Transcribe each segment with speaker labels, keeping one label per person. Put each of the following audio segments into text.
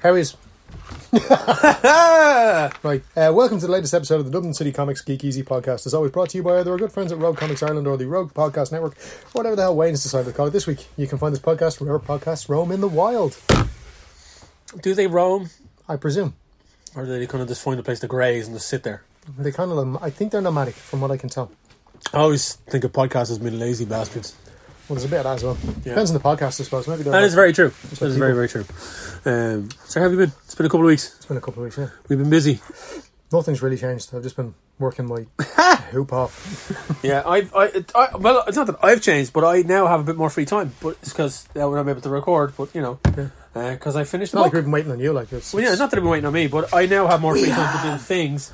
Speaker 1: Harry's. right. Uh, welcome to the latest episode of the Dublin City Comics Geek Easy podcast. As always, brought to you by either our good friends at Rogue Comics Ireland or the Rogue Podcast Network, or whatever the hell Wayne's decided to call it this week. You can find this podcast wherever podcasts roam in the wild,
Speaker 2: Do they roam,
Speaker 1: I presume.
Speaker 2: or do they kind of just find a place to graze and just sit there?
Speaker 1: They kind of, I think they're nomadic, from what I can tell.
Speaker 2: I always think of podcasts as being lazy bastards.
Speaker 1: Well, there's a bit of that as well. Depends on the podcast, I suppose. Maybe they're
Speaker 2: That
Speaker 1: like-
Speaker 2: is very true. That is
Speaker 1: people-
Speaker 2: very very true. Um, so how have you been? It's been a couple of weeks.
Speaker 1: It's been a couple of weeks, yeah.
Speaker 2: We've been busy.
Speaker 1: Nothing's really changed. I've just been working my hoop off.
Speaker 2: Yeah, I've I, it- I well, it's not that I've changed, but I now have a bit more free time. But it's because now I'm able to record. But you know, because I finished the
Speaker 1: Not like
Speaker 2: book.
Speaker 1: we've been waiting on you like this.
Speaker 2: Well, yeah, it's not that I've been waiting on me, but I now have more free time to do things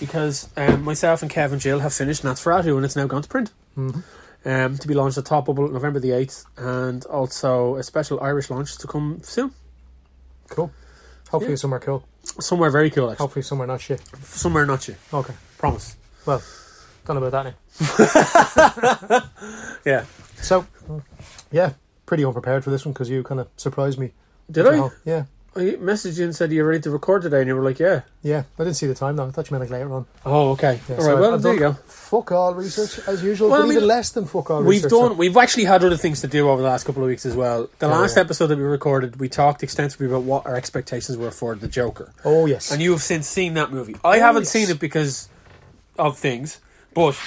Speaker 2: because um, myself and Kevin Jill have finished Nosferatu and it's now gone to print.
Speaker 1: Mm-hmm.
Speaker 2: Um, to be launched at Top Bubble November the 8th and also a special Irish launch to come soon.
Speaker 1: Cool. Hopefully
Speaker 2: Yeah.
Speaker 1: somewhere cool.
Speaker 2: Somewhere very cool, actually.
Speaker 1: Hopefully somewhere not shit.
Speaker 2: Somewhere not you.
Speaker 1: Okay.
Speaker 2: Promise.
Speaker 1: Well, done about that eh? now.
Speaker 2: Yeah.
Speaker 1: So, yeah, pretty unprepared for this one because you kind of surprised me.
Speaker 2: Did I?
Speaker 1: Yeah,
Speaker 2: I messaged you and said, Are you ready to record today? And you were like, Yeah.
Speaker 1: yeah. I didn't see the time though. I thought you meant like later on.
Speaker 2: Oh, okay.
Speaker 1: Yeah,
Speaker 2: All
Speaker 1: so
Speaker 2: right,
Speaker 1: I-
Speaker 2: well,
Speaker 1: I've
Speaker 2: there you
Speaker 1: done
Speaker 2: go.
Speaker 1: Fuck all research as usual,
Speaker 2: Well,
Speaker 1: but
Speaker 2: I mean,
Speaker 1: even less than fuck all
Speaker 2: We've
Speaker 1: research.
Speaker 2: done. We've actually had other things to do over the last couple of weeks as well. The last
Speaker 1: yeah.
Speaker 2: episode that we recorded, we talked extensively about what our expectations were for the Joker.
Speaker 1: Oh yes.
Speaker 2: And you have since seen that movie. I
Speaker 1: Oh,
Speaker 2: haven't
Speaker 1: yes.
Speaker 2: seen it because of things, but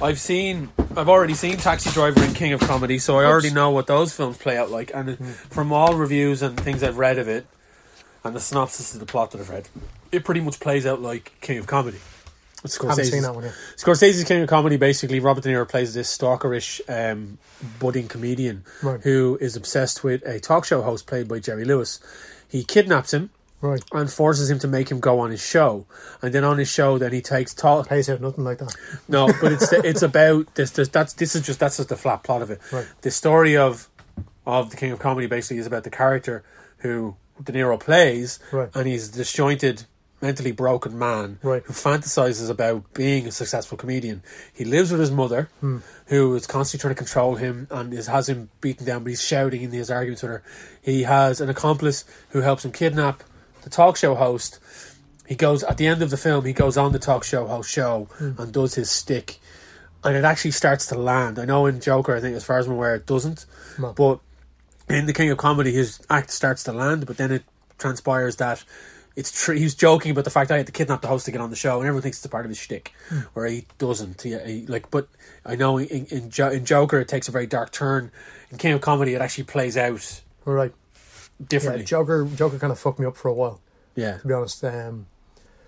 Speaker 2: I've seen, I've already seen Taxi Driver and King of Comedy, so I already know what those films play out like. And
Speaker 1: Hmm.
Speaker 2: from all reviews and things I've read of it, and the synopsis of the plot that I've read, it pretty much plays out like King of Comedy. It's
Speaker 1: haven't
Speaker 2: Scorsese's-
Speaker 1: seen that one yet.
Speaker 2: Scorsese's King of Comedy, basically, Robert De Niro plays this stalkerish, um, budding comedian
Speaker 1: Right.
Speaker 2: who is obsessed with a talk show host played by Jerry Lewis. He kidnaps him
Speaker 1: Right.
Speaker 2: and forces him to make him go on his show. And then on his show, then he takes talk.
Speaker 1: Pays out nothing like that.
Speaker 2: No, but it's it's about this. this that's this is just that's just the flat plot of it.
Speaker 1: Right.
Speaker 2: The story of of the King of Comedy basically is about the character who De Niro plays,
Speaker 1: Right.
Speaker 2: and he's a disjointed, mentally broken man
Speaker 1: Right.
Speaker 2: who fantasizes about being a successful comedian. He lives with his mother,
Speaker 1: Hmm.
Speaker 2: who is constantly trying to control him and is, has him beaten down, but he's shouting in his arguments with her. He has an accomplice who helps him kidnap the talk show host. He goes at the end of the film. He goes on the talk show host show
Speaker 1: Hmm.
Speaker 2: and does his stick, and it actually starts to land. I know in Joker, I think as far as I'm aware, it doesn't,
Speaker 1: No.
Speaker 2: but in the King of Comedy, his act starts to land, but then it transpires that it's true. He's joking about the fact that I had to kidnap the host to get on the show, and everyone thinks it's a part of his shtick,
Speaker 1: Hmm.
Speaker 2: where he doesn't. He, he- like, but I know in in, jo- in Joker, it takes a very dark turn. In King of Comedy, it actually plays out
Speaker 1: All right. Yeah,
Speaker 2: differently.
Speaker 1: Joker. Joker kind of fucked me up for a while.
Speaker 2: Yeah,
Speaker 1: to be honest. Um,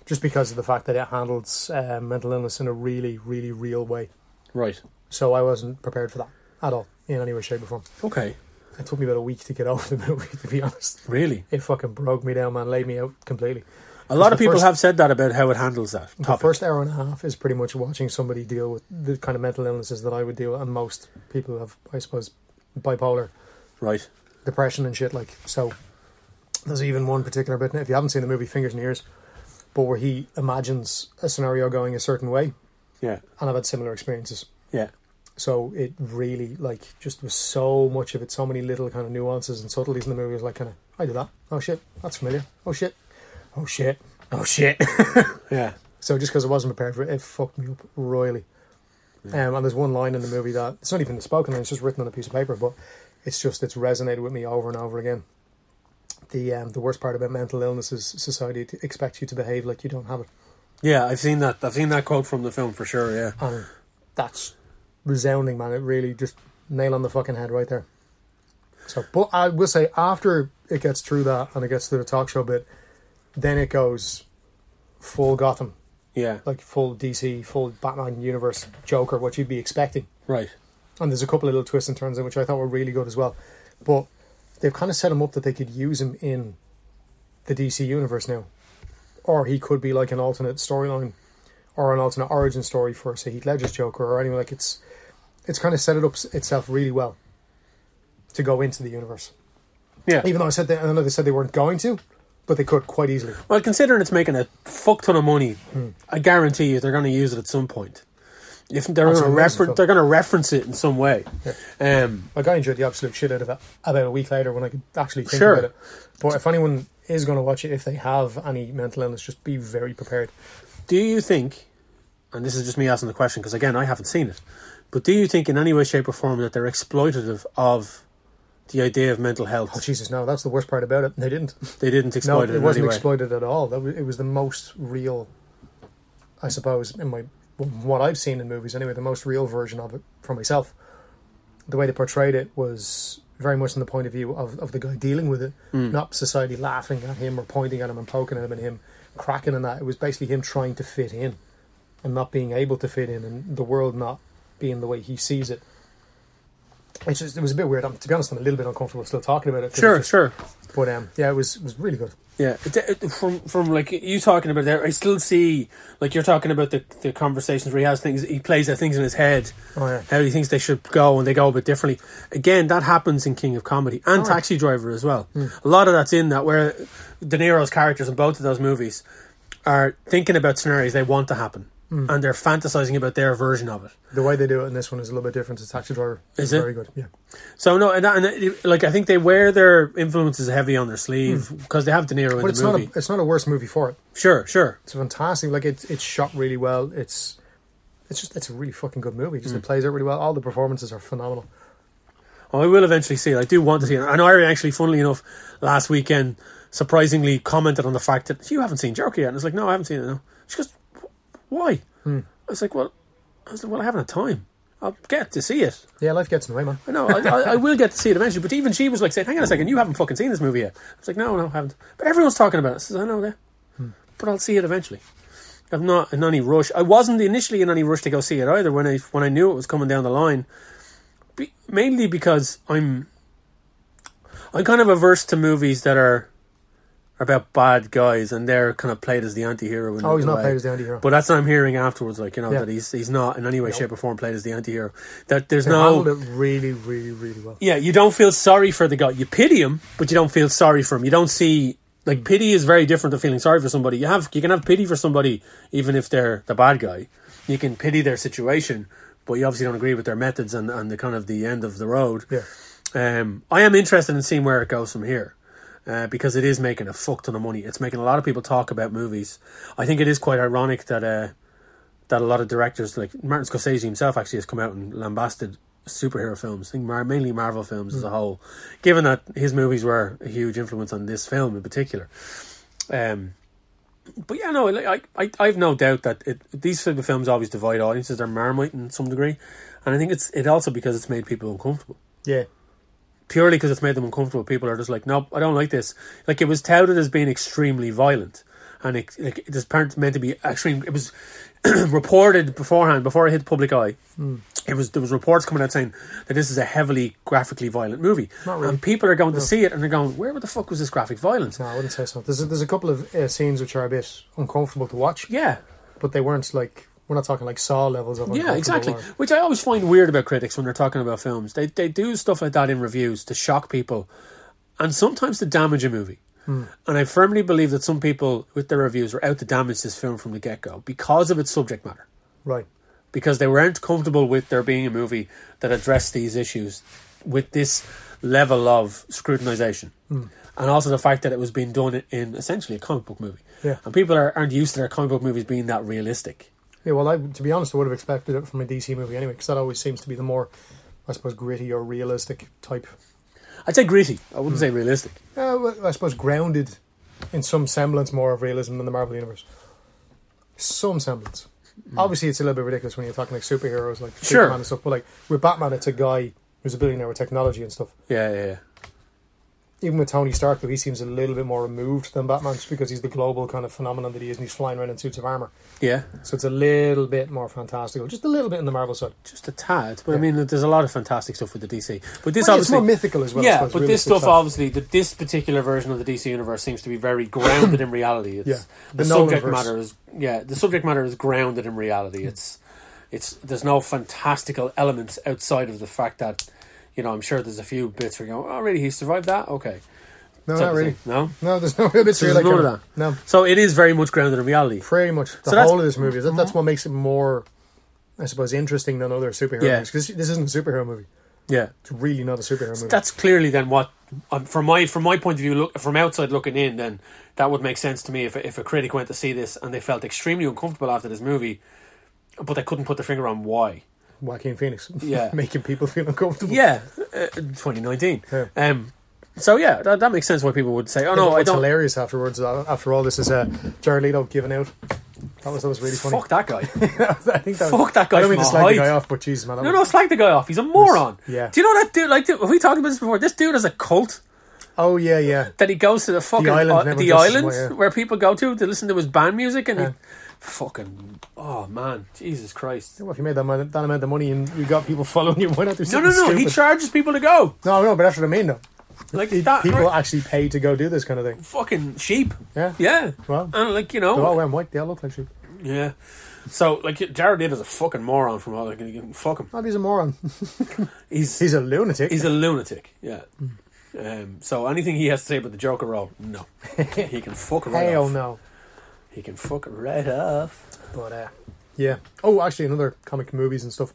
Speaker 1: just because of the fact that it handles uh, mental illness in a really, really real way.
Speaker 2: right.
Speaker 1: So I wasn't prepared for that at all in any way, shape, or form.
Speaker 2: Okay,
Speaker 1: It took me about a week to get over the movie, to be honest.
Speaker 2: really.
Speaker 1: It fucking broke me down, man. Laid me out completely.
Speaker 2: A lot of
Speaker 1: the
Speaker 2: people
Speaker 1: first-
Speaker 2: have said that about how it handles that
Speaker 1: The
Speaker 2: topic.
Speaker 1: first hour and a half is pretty much watching somebody deal with the kind of mental illnesses that I would deal with, and most people have, I suppose, bipolar,
Speaker 2: right.
Speaker 1: depression, and shit. Like, so there's even one particular bit, if you haven't seen the movie Fingers and Ears, but where he imagines a scenario going a certain way,
Speaker 2: Yeah.
Speaker 1: and I've had similar experiences.
Speaker 2: Yeah.
Speaker 1: So it really like just was so much of it, so many little kind of nuances and subtleties in the movie. It was like kind of, I did that. Oh shit, that's familiar. Oh shit, oh shit, oh shit.
Speaker 2: Yeah.
Speaker 1: so just because I wasn't prepared for it, it fucked me up royally. Um, and there's one line in the movie that it's not even a spoken line; it's just written on a piece of paper, but it's just it's resonated with me over and over again. The um, the worst part about mental illness is society t- expects you to behave like you don't have it,
Speaker 2: Yeah, I've seen that. I've seen that quote from the film for sure. Yeah.
Speaker 1: and that's resounding, man. It really just nail on the fucking head right there. So, but I will say after it gets through that and it gets to the talk show bit, then it goes full Gotham,
Speaker 2: Yeah.
Speaker 1: like full DC, full Batman universe, Joker, what you'd be expecting.
Speaker 2: Right.
Speaker 1: And there's a couple of little twists and turns in which I thought were really good as well. But they've kind of set him up that they could use him in the DC universe now, or he could be like an alternate storyline or an alternate origin story for say Heath Ledger's Joker or anyone like it's it's kind of set it up s- itself really well to go into the universe.
Speaker 2: Yeah.
Speaker 1: Even though I said they, I know they said they weren't going to, but they could quite easily.
Speaker 2: Well, considering it's making a fuck ton of money, I guarantee you they're going to use it at some point. If they're going
Speaker 1: That's
Speaker 2: to
Speaker 1: an amazing film.
Speaker 2: reference, they're going to reference it in some way. Um,
Speaker 1: Like I enjoyed the absolute shit out of it about a week later when I could actually think
Speaker 2: Sure.
Speaker 1: about it. But if anyone is going to watch it, if they have any mental illness, just be very prepared.
Speaker 2: Do you think, and this is just me asking the question because again I haven't seen it, but do you think in any way, shape, or form that they're exploitative of the idea of mental health?
Speaker 1: Oh, Jesus, no, that's the worst part about it. They didn't.
Speaker 2: They didn't
Speaker 1: No,
Speaker 2: exploit it.
Speaker 1: it
Speaker 2: in
Speaker 1: wasn't
Speaker 2: any way.
Speaker 1: exploited at all. That was, it was the most real, I suppose, in my what I've seen in movies anyway, the most real version of it for myself. The way they portrayed it was very much from the point of view of, of the guy dealing with it,
Speaker 2: Mm.
Speaker 1: not society laughing at him or pointing at him and poking at him and him cracking and that. It was basically him trying to fit in and not being able to fit in and the world not being the way he sees it. It's just, it was a bit weird. I'm, to be honest, I'm a little bit uncomfortable still talking about it. 'cause it's
Speaker 2: Sure,
Speaker 1: just-
Speaker 2: sure.
Speaker 1: But um, yeah, it was it was really good.
Speaker 2: Yeah, it- it- from from like you talking about there, I still see like you're talking about the, the conversations where he has things, he plays out things in his head,
Speaker 1: Oh, yeah.
Speaker 2: how he thinks they should go, and they go a bit differently. Again, that happens in King of Comedy and
Speaker 1: Oh.
Speaker 2: Taxi Driver as well.
Speaker 1: Hmm.
Speaker 2: A lot of that's in that where De Niro's characters in both of those movies are thinking about scenarios they want to happen,
Speaker 1: Hmm.
Speaker 2: and they're fantasizing about their version of it.
Speaker 1: The way they do it in this one is a little bit different to Taxi Driver. It's
Speaker 2: Is it?
Speaker 1: very good? Yeah.
Speaker 2: So no, and, that- and it- like I think they wear their influences heavy on their sleeve because they have De Niro in
Speaker 1: Hmm. But
Speaker 2: the
Speaker 1: it's
Speaker 2: movie.
Speaker 1: not a it's not a worse movie for it.
Speaker 2: Sure, sure.
Speaker 1: It's fantastic. Like it's it's shot really well. It's it's just it's a really fucking good movie.
Speaker 2: Hmm.
Speaker 1: Just it plays out really well. All the performances are phenomenal.
Speaker 2: Oh, I will eventually see it. I do want to see it. And Ari actually, funnily enough, last weekend surprisingly commented on the fact that you haven't seen Joker yet. And I was like, no, I haven't seen it. No. She goes, "Wh- why? I was like, well, I was like, well, I haven't had time. I'll get to see it.
Speaker 1: Yeah, life gets in the way, man.
Speaker 2: I know, I, I, I will get to see it eventually. But even she was like saying, hang on a second, you haven't fucking seen this movie yet. I was like, no, no, I haven't. But everyone's talking about it. I says, I know that.
Speaker 1: Hmm.
Speaker 2: But I'll see it eventually. I'm not in any rush. I wasn't initially in any rush to go see it either when I when I knew it was coming down the line. Be, mainly because I'm I'm kind of averse to movies that are about bad guys and they're kind of played as the anti-hero. In
Speaker 1: Oh, he's
Speaker 2: a
Speaker 1: not
Speaker 2: way.
Speaker 1: played as the anti-hero.
Speaker 2: But that's what I'm hearing afterwards. Like you know
Speaker 1: Yeah.
Speaker 2: that he's he's not in any way, shape, or form played as the anti-hero. That there's
Speaker 1: They
Speaker 2: no
Speaker 1: handled it really, really, really well.
Speaker 2: yeah, you don't feel sorry for the guy. You pity him, but you don't feel sorry for him. You don't see like pity is very different to feeling sorry for somebody. You have you can have pity for somebody even if they're the bad guy. You can pity their situation, but you obviously don't agree with their methods and, and the kind of the end of the road.
Speaker 1: Yeah.
Speaker 2: Um, I am interested in seeing where it goes from here. Uh, because it is making a fuck ton of money. It's making a lot of people talk about movies. I think it is quite ironic that uh, that a lot of directors like Martin Scorsese himself actually has come out and lambasted superhero films. I think mar- mainly Marvel films as a whole, given that his movies were a huge influence on this film in particular. Um, but yeah, no, like, I, I, I've no doubt that it, these sort of films always divide audiences. They're marmite in some degree, and I think it's it also because it's made people uncomfortable
Speaker 1: Yeah.
Speaker 2: purely because it's made them uncomfortable. People are just like, nope, I don't like this. Like it was touted as being extremely violent, and it like it was apparently meant to be extreme. It was reported beforehand before it hit the public eye. It was there was reports coming out saying that this is a heavily graphically violent movie,
Speaker 1: Not really.
Speaker 2: and people are going to see it and they're going, where the fuck was this graphic violence?
Speaker 1: No, I wouldn't say so. There's a, there's a couple of uh, scenes which are a bit uncomfortable to watch,
Speaker 2: Yeah,
Speaker 1: but they weren't like we're not talking like Saw levels of
Speaker 2: Yeah,
Speaker 1: uncomfortable
Speaker 2: exactly.
Speaker 1: or-
Speaker 2: Which I always find weird about critics when they're talking about films. They they do stuff like that in reviews to shock people, and sometimes to damage a movie.
Speaker 1: Hmm.
Speaker 2: And I firmly believe that some people with their reviews are out to damage this film from the get go because of its subject matter,
Speaker 1: Right.
Speaker 2: because they weren't comfortable with there being a movie that addressed these issues with this level of scrutinization.
Speaker 1: Hmm.
Speaker 2: And also the fact that it was being done in essentially a comic book movie.
Speaker 1: Yeah.
Speaker 2: And people are, aren't used to their comic book movies being that realistic.
Speaker 1: Yeah, well, I to be honest, I would have expected it from a DC movie anyway, because that always seems to be the more, I suppose, gritty or realistic type.
Speaker 2: I'd say gritty. I wouldn't say realistic.
Speaker 1: Uh, well, I suppose grounded in some semblance more of realism than the Marvel universe. Some semblance. Obviously, it's a little bit ridiculous when you're talking like superheroes, like
Speaker 2: Sure.
Speaker 1: Superman and stuff. But like with Batman, it's a guy who's a billionaire with technology and stuff.
Speaker 2: Yeah, yeah, yeah.
Speaker 1: Even with Tony Stark, though, he seems a little bit more removed than Batman, just because he's the global kind of phenomenon that he is, and he's flying around in suits of armor.
Speaker 2: Yeah,
Speaker 1: So it's a little bit more fantastical, just a little bit in the Marvel side.
Speaker 2: just a tad. But I mean, there's a lot of fantastic stuff with the DC. But this
Speaker 1: Well, yeah, it's
Speaker 2: obviously,
Speaker 1: more mythical as well. I
Speaker 2: yeah.
Speaker 1: suppose,
Speaker 2: But this
Speaker 1: realistic
Speaker 2: stuff, obviously, that this particular version of the DC universe seems to be very grounded in reality. It's,
Speaker 1: Yeah.
Speaker 2: the,
Speaker 1: The
Speaker 2: subject
Speaker 1: Nolanverse.
Speaker 2: matter is yeah, the subject matter is grounded in reality. It's it's there's no fantastical elements outside of the fact that you know I'm sure there's a few bits where you go, oh really, he survived that? Okay,
Speaker 1: No,
Speaker 2: Type
Speaker 1: not
Speaker 2: of
Speaker 1: really.
Speaker 2: thing. No,
Speaker 1: No, there's no bit
Speaker 2: there's
Speaker 1: like
Speaker 2: none of that.
Speaker 1: No,
Speaker 2: So it is very much grounded in reality.
Speaker 1: pretty much the
Speaker 2: So that's-
Speaker 1: whole of this movie. That, that's what makes it more, I suppose, interesting than other superhero
Speaker 2: Yeah.
Speaker 1: movies. Because this isn't a superhero movie.
Speaker 2: Yeah,
Speaker 1: It's really not a superhero movie.
Speaker 2: that's clearly then what, um, from my from my point of view, look from outside looking in, then that would make sense to me if if a critic went to see this and they felt extremely uncomfortable after this movie, but they couldn't put their finger on why.
Speaker 1: Joaquin Phoenix.
Speaker 2: Yeah.
Speaker 1: Making people feel uncomfortable.
Speaker 2: Yeah, uh, 2019.
Speaker 1: Yeah.
Speaker 2: Um, so yeah, that, that makes sense why people would say, "Oh no, I
Speaker 1: What's
Speaker 2: don't."
Speaker 1: hilarious afterwards, uh, after all this, is uh, Jared Leto giving out. That was, that was really funny.
Speaker 2: Fuck that guy.
Speaker 1: I think that
Speaker 2: Fuck that guy
Speaker 1: I don't
Speaker 2: from
Speaker 1: mean to
Speaker 2: a
Speaker 1: slag the guy
Speaker 2: height.
Speaker 1: off, but Jesus, man. That
Speaker 2: No, no,
Speaker 1: was,
Speaker 2: slag the guy off. He's a moron.
Speaker 1: Yeah.
Speaker 2: Do you know that dude? Like, dude, have we talked about this before? This dude has a cult
Speaker 1: Oh, yeah, yeah.
Speaker 2: that he goes to the fucking
Speaker 1: island
Speaker 2: uh,
Speaker 1: and everyone
Speaker 2: the
Speaker 1: dresses
Speaker 2: islands
Speaker 1: well, yeah.
Speaker 2: where people go to to listen to his band music, and he, fucking oh man, Jesus Christ.
Speaker 1: Well, if you made that, mon- that amount of money and you got people following you, why not do
Speaker 2: No,
Speaker 1: something
Speaker 2: no, no. He
Speaker 1: stupid?
Speaker 2: charges people to go
Speaker 1: no, no, but that's what I mean, though.
Speaker 2: like that.
Speaker 1: People
Speaker 2: right?
Speaker 1: actually pay to go do this kind of thing.
Speaker 2: Fucking sheep.
Speaker 1: Yeah.
Speaker 2: Yeah.
Speaker 1: Well,
Speaker 2: And like you
Speaker 1: they're all
Speaker 2: know,
Speaker 1: wearing white. They all look like sheep.
Speaker 2: yeah. So like Jared Leto's a fucking moron from all like fuck him.
Speaker 1: Oh, he's a moron.
Speaker 2: He's
Speaker 1: he's a lunatic.
Speaker 2: He's a lunatic. Yeah. Um, so anything he has to say about the Joker role, no, he can fuck right
Speaker 1: Hell
Speaker 2: off.
Speaker 1: no.
Speaker 2: He can fuck right off.
Speaker 1: But, uh, yeah. Oh, actually, another comic movies and stuff.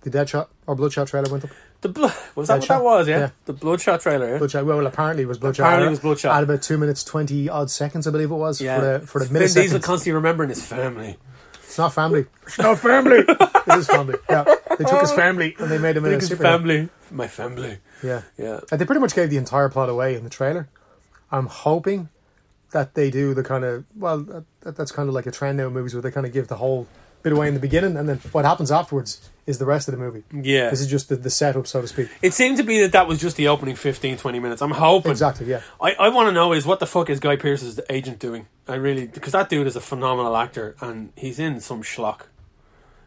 Speaker 1: The Deadshot or Bloodshot trailer went up.
Speaker 2: The blo- was that what
Speaker 1: Bloodshot.
Speaker 2: that was? Yeah,
Speaker 1: Yeah.
Speaker 2: the Bloodshot trailer. Yeah,
Speaker 1: Bloodshot. Well, apparently it was Bloodshot.
Speaker 2: Apparently it was Bloodshot.
Speaker 1: At about two minutes twenty odd seconds, I believe it was.
Speaker 2: yeah.
Speaker 1: For the for the
Speaker 2: Vin Diesel
Speaker 1: milliseconds.
Speaker 2: constantly remembering his family.
Speaker 1: it's not family. It's not family. it is family. Yeah, they took his family and they made him in a
Speaker 2: Oh. his
Speaker 1: superhero.
Speaker 2: family, my family.
Speaker 1: Yeah,
Speaker 2: Yeah,
Speaker 1: and they pretty much gave the entire plot away in the trailer. I'm hoping that they do the kind of well, that- that, that's kind of like a trend now in movies where they kind of give the whole bit away in the beginning, and then what happens afterwards is the rest of the movie.
Speaker 2: yeah.
Speaker 1: This is just the, the setup, so to speak.
Speaker 2: it seemed to be that that was just the opening 15, 20 minutes. I'm hoping
Speaker 1: Exactly. Yeah.
Speaker 2: I, I want to know is what the fuck is Guy Pearce's agent doing? I really because that dude is a phenomenal actor and he's in some schlock.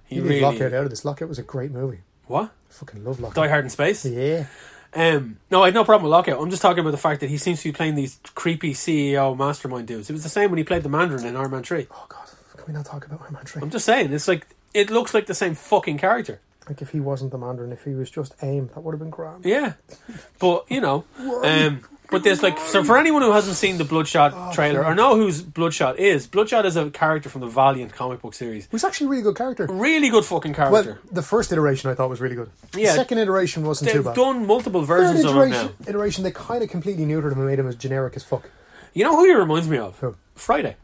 Speaker 2: He
Speaker 1: You
Speaker 2: really
Speaker 1: need Lockout out of this. Lockout was a great movie.
Speaker 2: what
Speaker 1: Fucking love Lockout.
Speaker 2: Die Hard in Space.
Speaker 1: Yeah.
Speaker 2: Um, no, I had no problem with Lockout. I'm just talking about the fact that he seems to be playing these creepy CEO mastermind dudes. It was the same when he played the Mandarin in Iron Man 3.
Speaker 1: Oh God, can we not talk about Iron Man Three?
Speaker 2: I'm just saying, it's like, it looks like the same fucking character.
Speaker 1: Like if he wasn't the Mandarin, if he was just AIM, that would have been grand.
Speaker 2: Yeah. But, you know, um, but there's like, so for anyone who hasn't seen the Bloodshot
Speaker 1: Oh,
Speaker 2: trailer or know who's Bloodshot is, Bloodshot is a character from the Valiant comic book series.
Speaker 1: He was actually a really good character.
Speaker 2: Really good fucking character.
Speaker 1: Well, the first iteration I thought was really good.
Speaker 2: Yeah.
Speaker 1: The second iteration wasn't too
Speaker 2: They've
Speaker 1: bad.
Speaker 2: done multiple
Speaker 1: Third
Speaker 2: versions of him now.
Speaker 1: iteration, iteration, they kind of completely neutered him and made him as generic as fuck.
Speaker 2: You know who he reminds me of?
Speaker 1: Who?
Speaker 2: Friday.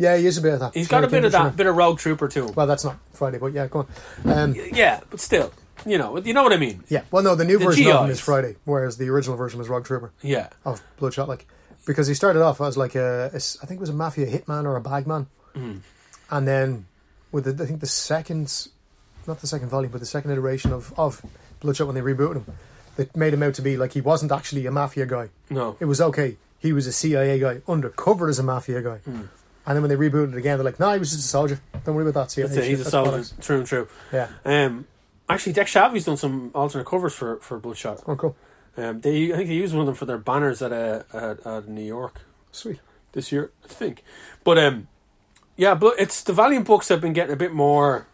Speaker 1: Yeah, he is a bit of that.
Speaker 2: He's got a bit of that, bit of Rogue Trooper to him.
Speaker 1: Well, that's not Friday, but yeah, go on. Um,
Speaker 2: Yeah, but still, you know, you know what I mean.
Speaker 1: yeah, well, no, the new version of him
Speaker 2: GIs.
Speaker 1: is Friday, whereas the original version was Rogue Trooper
Speaker 2: Yeah.
Speaker 1: of Bloodshot, like because he started off as like a, a s- I think it was a mafia hitman or a bagman,
Speaker 2: Mm.
Speaker 1: and then with the, I think the second, not the second volume, but the second iteration of of Bloodshot when they rebooted him, they made him out to be like he wasn't actually a mafia guy.
Speaker 2: No.
Speaker 1: It was okay. He was a CIA guy, undercover as a mafia guy.
Speaker 2: Hmm.
Speaker 1: And then when they rebooted it again, they're like, "No, he was just a soldier. Don't worry about that CIA."
Speaker 2: That's it.
Speaker 1: shit.
Speaker 2: He's a
Speaker 1: That's
Speaker 2: soldier.
Speaker 1: bollocks."
Speaker 2: True and true.
Speaker 1: Yeah.
Speaker 2: Um, actually, Dex Shavy's done some alternate covers for, for Bloodshot.
Speaker 1: Oh, cool.
Speaker 2: Um, they I think they used one of them for their banners at uh, at, at New York
Speaker 1: Sweet.
Speaker 2: this year, I think. But um, yeah, but it's the Valiant books have been getting a bit more.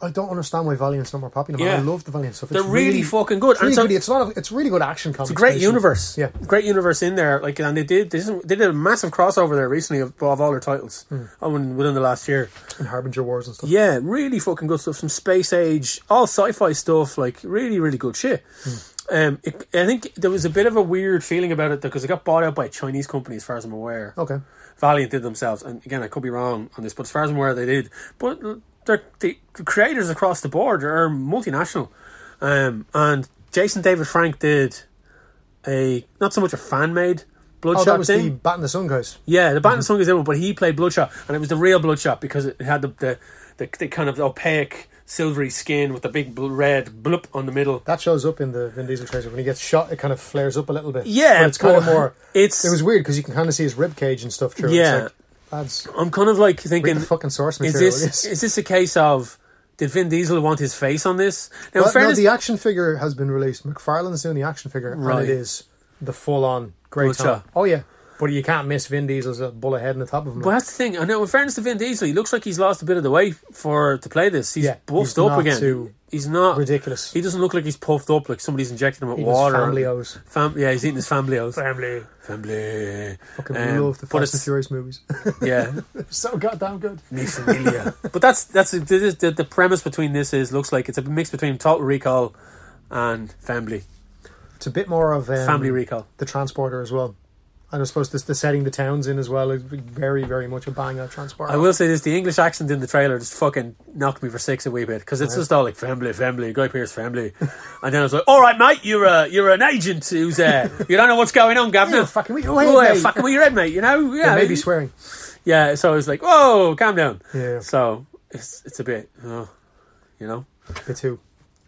Speaker 1: I don't understand why Valiant's not more popular. Man.
Speaker 2: Yeah.
Speaker 1: I love the Valiant stuff.
Speaker 2: They're
Speaker 1: it's
Speaker 2: really, fucking good.
Speaker 1: It's really
Speaker 2: and so
Speaker 1: good. It's not. A, it's really good action comics.
Speaker 2: It's a great
Speaker 1: basically.
Speaker 2: universe.
Speaker 1: Yeah.
Speaker 2: great universe in there. Like, and they did they, just, they did a massive crossover there recently of, of all their titles. Oh, within- within the last year.
Speaker 1: and Harbinger Wars and stuff.
Speaker 2: Yeah, really fucking good stuff. Some space age, all sci-fi stuff. Like really, really good shit. Um, it, I think there was a bit of a weird feeling about it because it got bought out by a Chinese company, as far as I'm aware.
Speaker 1: Okay.
Speaker 2: Valiant did themselves, and again, I could be wrong on this, but as far as I'm aware, they did. But they're, the creators across the board are multinational, um, and Jason David Frank did a not so much a fan made.
Speaker 1: Oh,
Speaker 2: Bloodshot
Speaker 1: that was
Speaker 2: thing.
Speaker 1: the Mhm. Bat in the Sun guys.
Speaker 2: Yeah, the band song is in one, but he played Bloodshot, and it was the real Bloodshot because it had the the, the, the kind of opaque silvery skin with the big bl- red bloop on the middle.
Speaker 1: That shows up in the Vin Diesel trailer. When he gets shot, it kind of flares up a little bit.
Speaker 2: Yeah,
Speaker 1: But it's kind of
Speaker 2: but
Speaker 1: more.
Speaker 2: it's-
Speaker 1: It was weird because you can kind of see his rib cage and stuff. Through. it.
Speaker 2: Yeah.
Speaker 1: It's like, that's
Speaker 2: I'm kind of like
Speaker 1: read
Speaker 2: thinking,
Speaker 1: the fucking source
Speaker 2: is
Speaker 1: material.
Speaker 2: this is this a case of did Vin Diesel want his face on this? Now, in
Speaker 1: But no,
Speaker 2: fairness,
Speaker 1: the uh, action figure has been released. McFarlane's doing the action figure,
Speaker 2: Right.
Speaker 1: and it is the full-on Grey Tom.
Speaker 2: Bloodshot.
Speaker 1: Oh yeah, but you can't miss Vin Diesel's uh, bullet head on the top of him.
Speaker 2: but that's the thing. I know. In fairness to Vin Diesel, he looks like he's lost a bit of the weight for to play this. He's
Speaker 1: Yeah,
Speaker 2: buffed
Speaker 1: he's
Speaker 2: up
Speaker 1: not
Speaker 2: again.
Speaker 1: too
Speaker 2: he's not.
Speaker 1: ridiculous.
Speaker 2: He doesn't look like he's puffed up like somebody's injected him with
Speaker 1: He was
Speaker 2: water.
Speaker 1: family O's.
Speaker 2: Fam- yeah, he's eating his family.
Speaker 1: Family.
Speaker 2: Family.
Speaker 1: Fucking
Speaker 2: Um,
Speaker 1: love the
Speaker 2: but
Speaker 1: Fast and
Speaker 2: it's-
Speaker 1: Furious movies.
Speaker 2: Yeah,
Speaker 1: so goddamn good.
Speaker 2: Mi familia. but that's that's the, the, the premise between this is looks like it's a mix between Total Recall and family.
Speaker 1: It's a bit more of um,
Speaker 2: Family Recall.
Speaker 1: the transporter as well. And I suppose this the setting the towns in as well is very very much a bang out transporter.
Speaker 2: I will say this: the English accent in the trailer just fucking knocked me for six a wee bit because
Speaker 1: Uh-huh.
Speaker 2: it's just all like family, family, Guy Pearce, family, and then I was like, "All right, mate, you're a you're an agent who's uh, you don't know what's going on, Governor.
Speaker 1: Yeah, fucking with your head, mate."
Speaker 2: fucking with your head, mate. You know, yeah,
Speaker 1: Maybe swearing.
Speaker 2: yeah." So I was like, "Whoa, calm down."
Speaker 1: Yeah.
Speaker 2: So it's it's a bit, oh, you know.
Speaker 1: The two.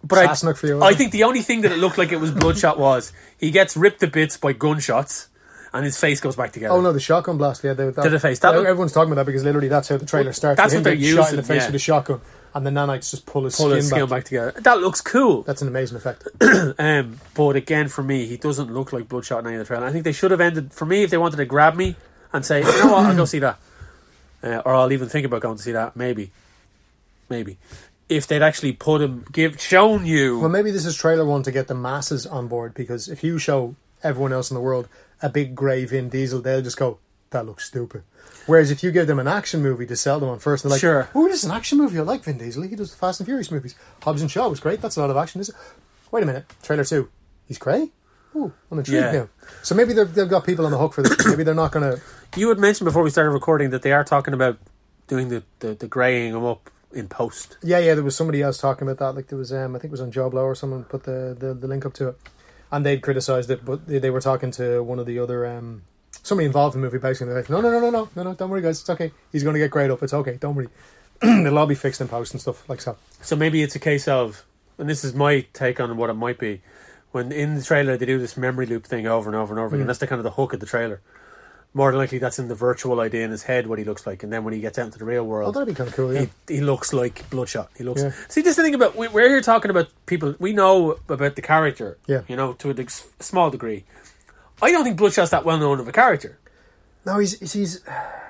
Speaker 2: But I,
Speaker 1: Sassenach for you,
Speaker 2: I
Speaker 1: eh?
Speaker 2: think the only thing that it looked like it was bloodshot was he gets ripped to bits by gunshots, and his face goes back together.
Speaker 1: Oh no, the shotgun blast. Yeah, they, that,
Speaker 2: To the face. That
Speaker 1: Yeah,
Speaker 2: look-
Speaker 1: everyone's talking about that because literally that's how the trailer starts. with
Speaker 2: that's
Speaker 1: him
Speaker 2: what they're
Speaker 1: getting Shot in
Speaker 2: using,
Speaker 1: the face
Speaker 2: yeah.
Speaker 1: with a shotgun, and the nanites just pull his
Speaker 2: Pull
Speaker 1: skin,
Speaker 2: his skin
Speaker 1: back.
Speaker 2: back. together. That looks cool.
Speaker 1: That's an amazing effect.
Speaker 2: Um, but again, for me, he doesn't look like Bloodshot in any of the trailer. I think they should have ended. For me, if they wanted to grab me and say, you know what, I'll go see that, uh, or I'll even think about going to see that. Maybe, maybe, if they'd actually put him, give, shown you.
Speaker 1: Well, maybe this is trailer one to get the masses on board because if you show everyone else in the world a big grey Vin Diesel, they'll just go, "That looks stupid." Whereas if you give them an action movie to sell them on first, they're like,
Speaker 2: Sure.
Speaker 1: oh, this is an action movie. I like Vin Diesel. He does the Fast and Furious movies. Hobbs and Shaw was great. That's a lot of action. Is it? Wait a minute, trailer two, he's grey. Ooh, I'm intrigued
Speaker 2: Yeah.
Speaker 1: now. So maybe they've, they've got people on the hook for this. maybe they're not going to.
Speaker 2: you had mentioned before we started recording that they are talking about doing the the, the graying him up in post.
Speaker 1: Yeah, yeah. There was somebody else talking about that. Like there was, um, I think it was on Job Low or someone put the, the, the link up to it, and they'd criticised it, but they, they were talking to one of the other um, somebody involved in the movie basically. They're like, no, no, no, no, no, no, no, don't worry, guys, it's okay. He's going to get grade up. It's okay, don't worry. It'll all be fixed in post and stuff like so.
Speaker 2: So maybe it's a case of, and this is my take on what it might be, when in the trailer they do this memory loop thing over and over and
Speaker 1: Mm.
Speaker 2: over again. That's the kind of the hook of the trailer. More than likely, that's in the virtual idea in his head what he looks like, and then when he gets out into the real
Speaker 1: Oh,
Speaker 2: world,
Speaker 1: that'd be kind of cool. Yeah,
Speaker 2: he, he looks like Bloodshot. He looks.
Speaker 1: Yeah.
Speaker 2: See, this is the thing about we, we're here talking about people we know about the character.
Speaker 1: Yeah.
Speaker 2: you know, to a dex- small degree. I don't think Bloodshot's that well known of a character.
Speaker 1: no, he's he's- he's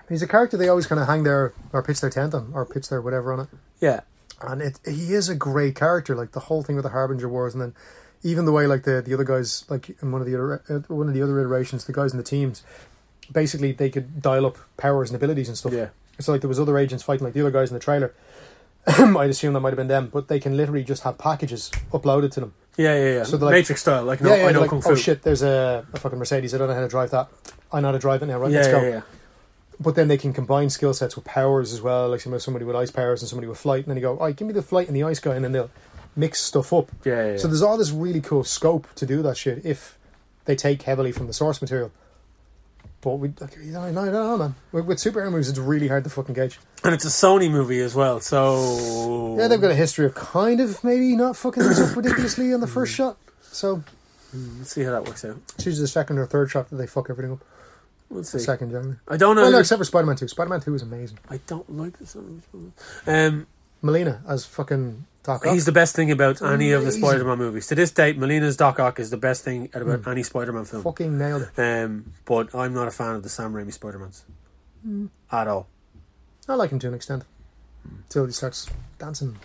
Speaker 1: he's a character they always kind of hang their or pitch their tent on or pitch their whatever on it.
Speaker 2: Yeah,
Speaker 1: and it he is a great character. Like the whole thing with the Harbinger Wars, and then even the way like the the other guys, like in one of the other uh, one of the other iterations, the guys in the teams, basically they could dial up powers and abilities and stuff.
Speaker 2: Yeah.
Speaker 1: So like there was other agents fighting like the other guys in the trailer. I'd assume that might have been them, but they can literally just have packages uploaded to them.
Speaker 2: Yeah, yeah, yeah.
Speaker 1: So they're like-
Speaker 2: Matrix style, like no, I know
Speaker 1: like,
Speaker 2: kung fu.
Speaker 1: oh shit, there's a, a fucking Mercedes. I don't know how to drive that. I know how to drive it now, right?
Speaker 2: Yeah,
Speaker 1: Let's go
Speaker 2: yeah, yeah.
Speaker 1: but then they can combine skill sets with powers as well. Like somebody, somebody with ice powers and somebody with flight, and then you go, "All right, give me the flight and the ice guy," and then they'll mix stuff up.
Speaker 2: Yeah, yeah,
Speaker 1: So
Speaker 2: yeah.
Speaker 1: there's all this really cool scope to do that shit if they take heavily from the source material. But we, like, you know, no, no, no, man. With, with superhero movies, it's really hard to fucking gauge.
Speaker 2: And it's a Sony movie as well, so
Speaker 1: Yeah, they've got a history of kind of maybe not fucking this up ridiculously on the first
Speaker 2: Mm.
Speaker 1: shot. So
Speaker 2: Let's see how that works out.
Speaker 1: it's usually the second or third shot that they fuck everything up.
Speaker 2: We'll see.
Speaker 1: The second generally.
Speaker 2: I don't know.
Speaker 1: Well, no, except for Spider Man Two. Spider Man Two is amazing.
Speaker 2: I don't like the Sony. movie. Um,
Speaker 1: Melina as fucking Doc Ock.
Speaker 2: he's the best thing about any of the
Speaker 1: Amazing.
Speaker 2: Spider-Man movies to this date. Melina's Doc Ock is the best thing about
Speaker 1: Hmm.
Speaker 2: any Spider-Man film.
Speaker 1: fucking nailed it.
Speaker 2: Um, but I'm not a fan of the Sam Raimi Spider-Mans
Speaker 1: Hmm.
Speaker 2: at all.
Speaker 1: I like him to an extent. Till he starts dancing.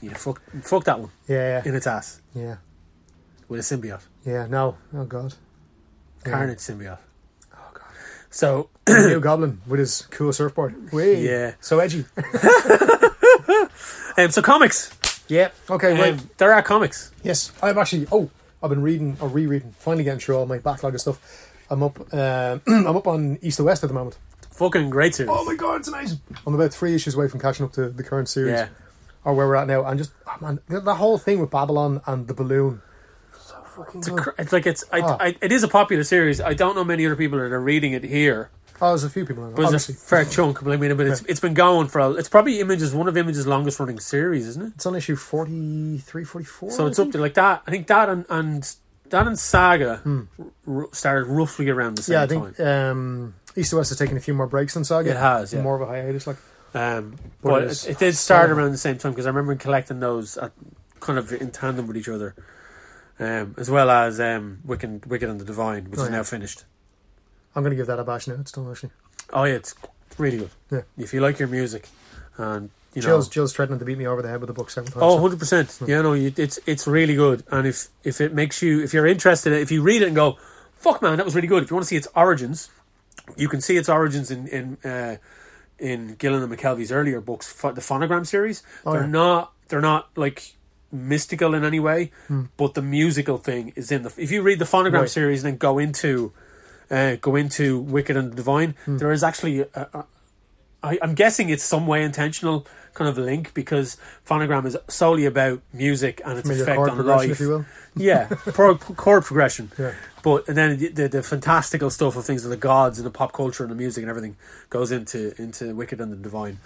Speaker 2: Yeah, fuck, fuck that one
Speaker 1: Yeah, yeah,
Speaker 2: in its ass
Speaker 1: yeah.
Speaker 2: with a symbiote,
Speaker 1: yeah. No, oh god. Yeah.
Speaker 2: Carnage symbiote. Oh god. So
Speaker 1: New Goblin with his cool surfboard. Wait.
Speaker 2: Yeah.
Speaker 1: So edgy.
Speaker 2: um, so comics.
Speaker 1: yeah. Okay. right.
Speaker 2: Um, there are comics.
Speaker 1: Yes, I've actually. Oh, I've been reading or rereading. Finally getting through all my backlog of stuff. I'm up. um I'm up on East to West at the moment.
Speaker 2: Fucking great series.
Speaker 1: Oh my god, it's amazing! I'm about three issues away from catching up to the current series.
Speaker 2: Yeah.
Speaker 1: Or where we're at now, and just oh man, the, the whole thing with Babylon and the balloon. So fucking
Speaker 2: It's, a
Speaker 1: good.
Speaker 2: cr- it's like it's I,
Speaker 1: Ah.
Speaker 2: I, it is a popular series. I don't know many other people that are reading it here,
Speaker 1: oh, there's a few people. on it,
Speaker 2: but it's a
Speaker 1: obviously.
Speaker 2: fair chunk. But I mean, but it's it's been going for. A, it's probably Image's one of Image's longest running series, isn't it?
Speaker 1: It's on issue 43, 44.
Speaker 2: So
Speaker 1: I
Speaker 2: it's up
Speaker 1: think.
Speaker 2: to like that. I think that and and that and Saga r- started roughly around the same
Speaker 1: Hmm. Yeah, I
Speaker 2: time.
Speaker 1: think um, East to West has taken a few more breaks than Saga.
Speaker 2: It has, yeah.
Speaker 1: More of a hiatus. Like,
Speaker 2: Um,
Speaker 1: But
Speaker 2: but
Speaker 1: it
Speaker 2: it,
Speaker 1: is
Speaker 2: it did start
Speaker 1: so-
Speaker 2: around the same time because I remember collecting those at, kind of in tandem with each other, um, as well as um, Wicked, Wicked and the Divine, which
Speaker 1: Oh,
Speaker 2: is
Speaker 1: yeah.
Speaker 2: now finished.
Speaker 1: I'm going to give that a bash now. It's done, actually.
Speaker 2: Oh yeah, it's really good.
Speaker 1: Yeah.
Speaker 2: If you like your music, and you know,
Speaker 1: Jill's, Jill's threatening to beat me over the head with the book several times.
Speaker 2: Oh,
Speaker 1: so-
Speaker 2: 100 percent. Yeah, no, you, it's it's really good. And if if it makes you, if you're interested, in it, if you read it and go, "Fuck, man, that was really good." If you want to see its origins, you can see its origins in in uh, in Gillen and McKelvey's earlier books, ph- the Phonogram series. they're
Speaker 1: Oh, yeah.
Speaker 2: not they're not like mystical in any way, but the musical thing is in the. If you read the phonogram
Speaker 1: Hmm. Right.
Speaker 2: series and then go into, uh, go into Wicked and the Divine,
Speaker 1: Hmm.
Speaker 2: there is actually. A, a, I, I'm guessing it's some way intentional kind of link because phonogram is solely about music and its
Speaker 1: Maybe a
Speaker 2: effect
Speaker 1: chord
Speaker 2: on
Speaker 1: progression, if
Speaker 2: life.
Speaker 1: you will.
Speaker 2: Yeah, pro- chord progression.
Speaker 1: Yeah.
Speaker 2: But and then the, the the fantastical stuff of things of the gods and the pop culture and the music and everything goes into into Wicked and the Divine.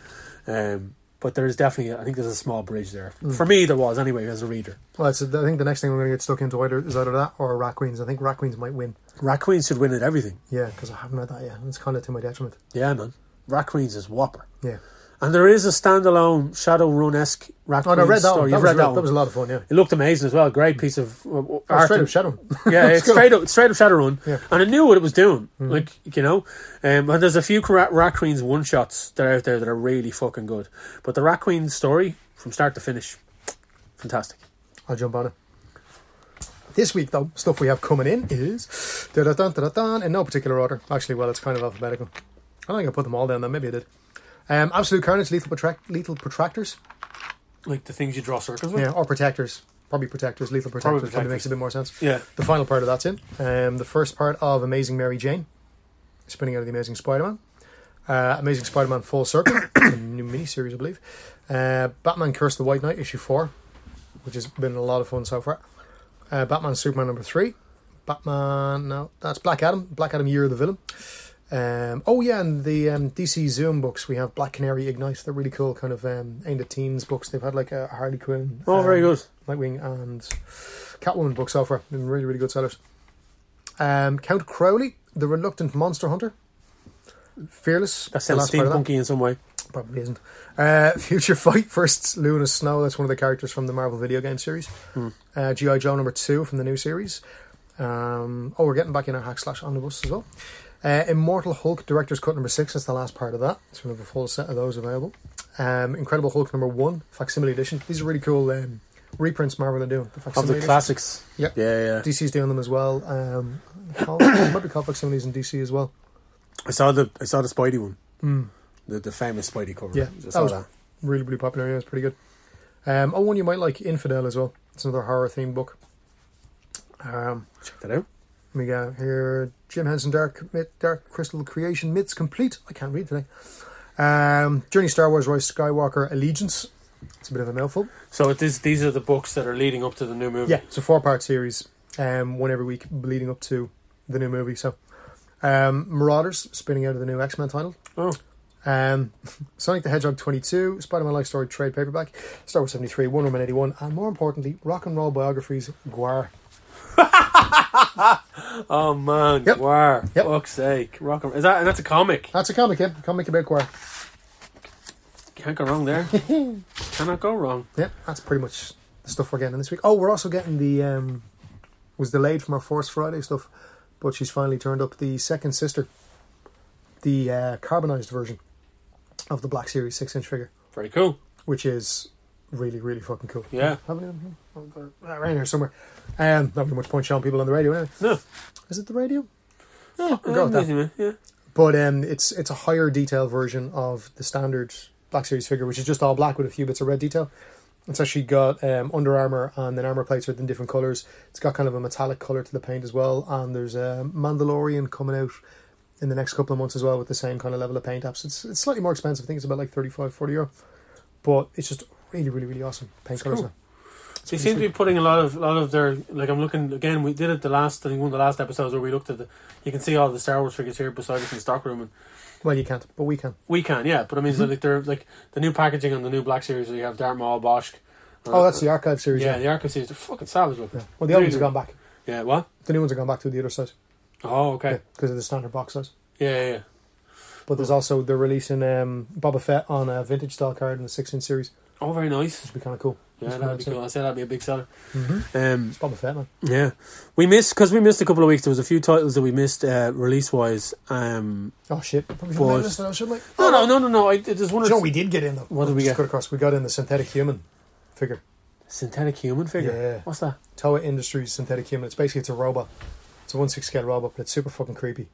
Speaker 2: Um, but there is definitely, I think there's a small bridge there.
Speaker 1: Hmm.
Speaker 2: For me, there was anyway as a reader.
Speaker 1: Well, it's, I think the next thing we're going to get stuck into either is either that or Rat Queens. I think Rat Queens might win.
Speaker 2: Rat Queens should win at everything.
Speaker 1: Yeah, because I haven't read that yet. It's kind of to my detriment.
Speaker 2: Yeah, man. Rat Queens is whopper.
Speaker 1: Yeah.
Speaker 2: And there is a standalone Shadowrun esque Rat
Speaker 1: Oh,
Speaker 2: Queens
Speaker 1: no, I read that one.
Speaker 2: story.
Speaker 1: That
Speaker 2: You've
Speaker 1: was,
Speaker 2: read
Speaker 1: that,
Speaker 2: one.
Speaker 1: that was a lot of fun, yeah.
Speaker 2: It looked amazing as well. Great piece of uh, uh,
Speaker 1: Oh,
Speaker 2: art.
Speaker 1: straight
Speaker 2: and-
Speaker 1: up Shadow.
Speaker 2: Yeah,
Speaker 1: Let's
Speaker 2: it's
Speaker 1: go.
Speaker 2: straight up, straight up Shadowrun,
Speaker 1: Yeah. Mm-hmm.
Speaker 2: and I knew what it was doing. Like you know, um, and there's a few Ra- Rat Queen's one shots that are out there that are really fucking good. But the Rat Queen story from start to finish, fantastic.
Speaker 1: I'll jump on it. This week, though, stuff we have coming in is da da da da da in no particular order. Actually, well, it's kind of alphabetical. I don't think I put them all down. Then maybe I did. Um, Absolute Carnage, Lethal, protract- lethal Protractors,
Speaker 2: Like the things you draw circles with.
Speaker 1: yeah, or Protectors. Probably Protectors, Lethal Protectors probably,
Speaker 2: Protectors.
Speaker 1: makes a bit more sense.
Speaker 2: Yeah.
Speaker 1: The final part of that's in. Um, the first part of Amazing Mary Jane, spinning out of the Amazing Spider-Man. Uh, Amazing Spider-Man Full Circle, a new miniseries, I believe. Uh, Batman Curse of the White Knight, issue four, which has been a lot of fun so far. Uh, Batman Superman number three. Batman, no, that's Black Adam. Black Adam Year of the Villain. Um, oh yeah, and the um, DC Zoom books we have Black Canary Ignite. They're really cool, kind of um, aimed at teens books. They've had like a Harley Quinn.
Speaker 2: Oh, very
Speaker 1: um,
Speaker 2: good.
Speaker 1: Nightwing and Catwoman book so far. Been really, really good sellers. Um, Count Crowley, The Reluctant Monster Hunter. Fearless.
Speaker 2: That
Speaker 1: the
Speaker 2: sounds
Speaker 1: last part of
Speaker 2: steampunky in some way.
Speaker 1: that. Probably isn't. Uh, Future Fight First, Luna Snow. That's one of the characters from the Marvel video game series. Uh, G.I. Joe number two from the new series. Um, oh, we're getting back in our Hack Slash Omnibus as well. Uh, Immortal Hulk Director's Cut number six. That's the last part of that. So we have a full set of those available. Um, Incredible Hulk number one, facsimile edition. These are really cool um, reprints Marvel are doing. The
Speaker 2: Of
Speaker 1: facsimile
Speaker 2: the
Speaker 1: edition.
Speaker 2: classics.
Speaker 1: Yep.
Speaker 2: Yeah, yeah.
Speaker 1: DC's doing them as well. Um, Col- it might be Colfax Similes in DC as well.
Speaker 2: I saw the I saw the Spidey one. The the famous Spidey cover.
Speaker 1: Hmm. Yeah,
Speaker 2: I
Speaker 1: that
Speaker 2: saw
Speaker 1: was
Speaker 2: that.
Speaker 1: really really popular. Yeah, it's pretty good. Um, oh, one you might like, Infidel as well. It's another horror themed book. Um,
Speaker 2: Check that out.
Speaker 1: we got here Jim Henson Dark Myth, Dark Crystal Creation Myths Complete. I can't read today. Um, Journey Star Wars Rise Skywalker Allegiance. It's a bit of a mouthful.
Speaker 2: So it is, these are the books that are leading up to the new movie.
Speaker 1: Yeah, it's a four part series, um, one every week leading up to the new movie. So, um, Marauders spinning out of the new X Men title.
Speaker 2: Oh.
Speaker 1: Um, Sonic the Hedgehog 22, Spider Man Life Story trade paperback, Star Wars 73, Wonder Woman 81, and more importantly, Rock and Roll Biographies Guar.
Speaker 2: Oh man,
Speaker 1: Yep.
Speaker 2: wow.
Speaker 1: Yep.
Speaker 2: Fuck's sake. Rock and, is that and that's a comic.
Speaker 1: That's a comic, yeah. Comic about Guar.
Speaker 2: Can't go wrong there. Cannot go wrong.
Speaker 1: Yeah, that's pretty much the stuff we're getting this week. Oh, we're also getting the. Um, was delayed from our Force Friday stuff, but she's finally turned up the second sister, the uh, carbonized version of the Black Series 6 inch figure.
Speaker 2: Very cool.
Speaker 1: which is really, really fucking cool.
Speaker 2: Yeah.
Speaker 1: Have any of them here? Oh, they're Right here somewhere. Um, not really much point showing people on the radio. Anyway.
Speaker 2: No.
Speaker 1: Is it the radio?
Speaker 2: No,
Speaker 1: we'll go with that.
Speaker 2: amazing, man.
Speaker 1: But um, it's it's a higher detail version of the standard Black Series figure, which is just all black with a few bits of red detail. It's actually got um, Under Armour and then armor plates are in different colours. It's got kind of a metallic colour to the paint as well. And there's a Mandalorian coming out in the next couple of months as well with the same kind of level of paint apps. It's, it's slightly more expensive. I think it's about like 35, 40 euro. But it's just really, really, really awesome paint colours.
Speaker 2: cool.
Speaker 1: now.
Speaker 2: They seem to be putting a lot of lot of their like I'm looking again. We did it the last I think one of the last episodes where we looked at the. You can see all the Star Wars figures here beside us in the stockroom, and
Speaker 1: Well, you can't, but we can.
Speaker 2: we can yeah. But I mean,
Speaker 1: Mm-hmm.
Speaker 2: like they're like the new packaging on the new Black Series. You have Darth Maul, Bosch.
Speaker 1: Oh, that's the archive series.
Speaker 2: yeah.
Speaker 1: Yeah.
Speaker 2: The Arkham series. They're fucking savage looking.
Speaker 1: yeah. Well, the other ones have gone back.
Speaker 2: Yeah. What?
Speaker 1: The new ones have gone back to the other side
Speaker 2: Oh, okay.
Speaker 1: because of the standard box size.
Speaker 2: Yeah, yeah. yeah.
Speaker 1: But there's also they're releasing um, Boba Fett on a vintage style card in the 16 series,
Speaker 2: Oh, very nice.
Speaker 1: which would be kind of cool.
Speaker 2: Yeah, that'd be cool. I say that'd be a big seller.
Speaker 1: Mhm.
Speaker 2: Um,
Speaker 1: It's Boba Fett, man.
Speaker 2: yeah, we missed because we missed a couple of weeks. There was a few titles that we missed uh, release wise. Um,
Speaker 1: Oh shit! Probably
Speaker 2: Boys.
Speaker 1: shouldn't have should like.
Speaker 2: no, no, no, no, no. I, there's one.
Speaker 1: Do
Speaker 2: or
Speaker 1: you know what
Speaker 2: two-
Speaker 1: we did get in though?
Speaker 2: What did we
Speaker 1: Just
Speaker 2: get?
Speaker 1: Cut across. We got in the synthetic human figure.
Speaker 2: synthetic human figure.
Speaker 1: Yeah.
Speaker 2: What's that?
Speaker 1: Toa Industries synthetic human. It's basically it's a robot. It's a one six scale robot, but it's super fucking creepy.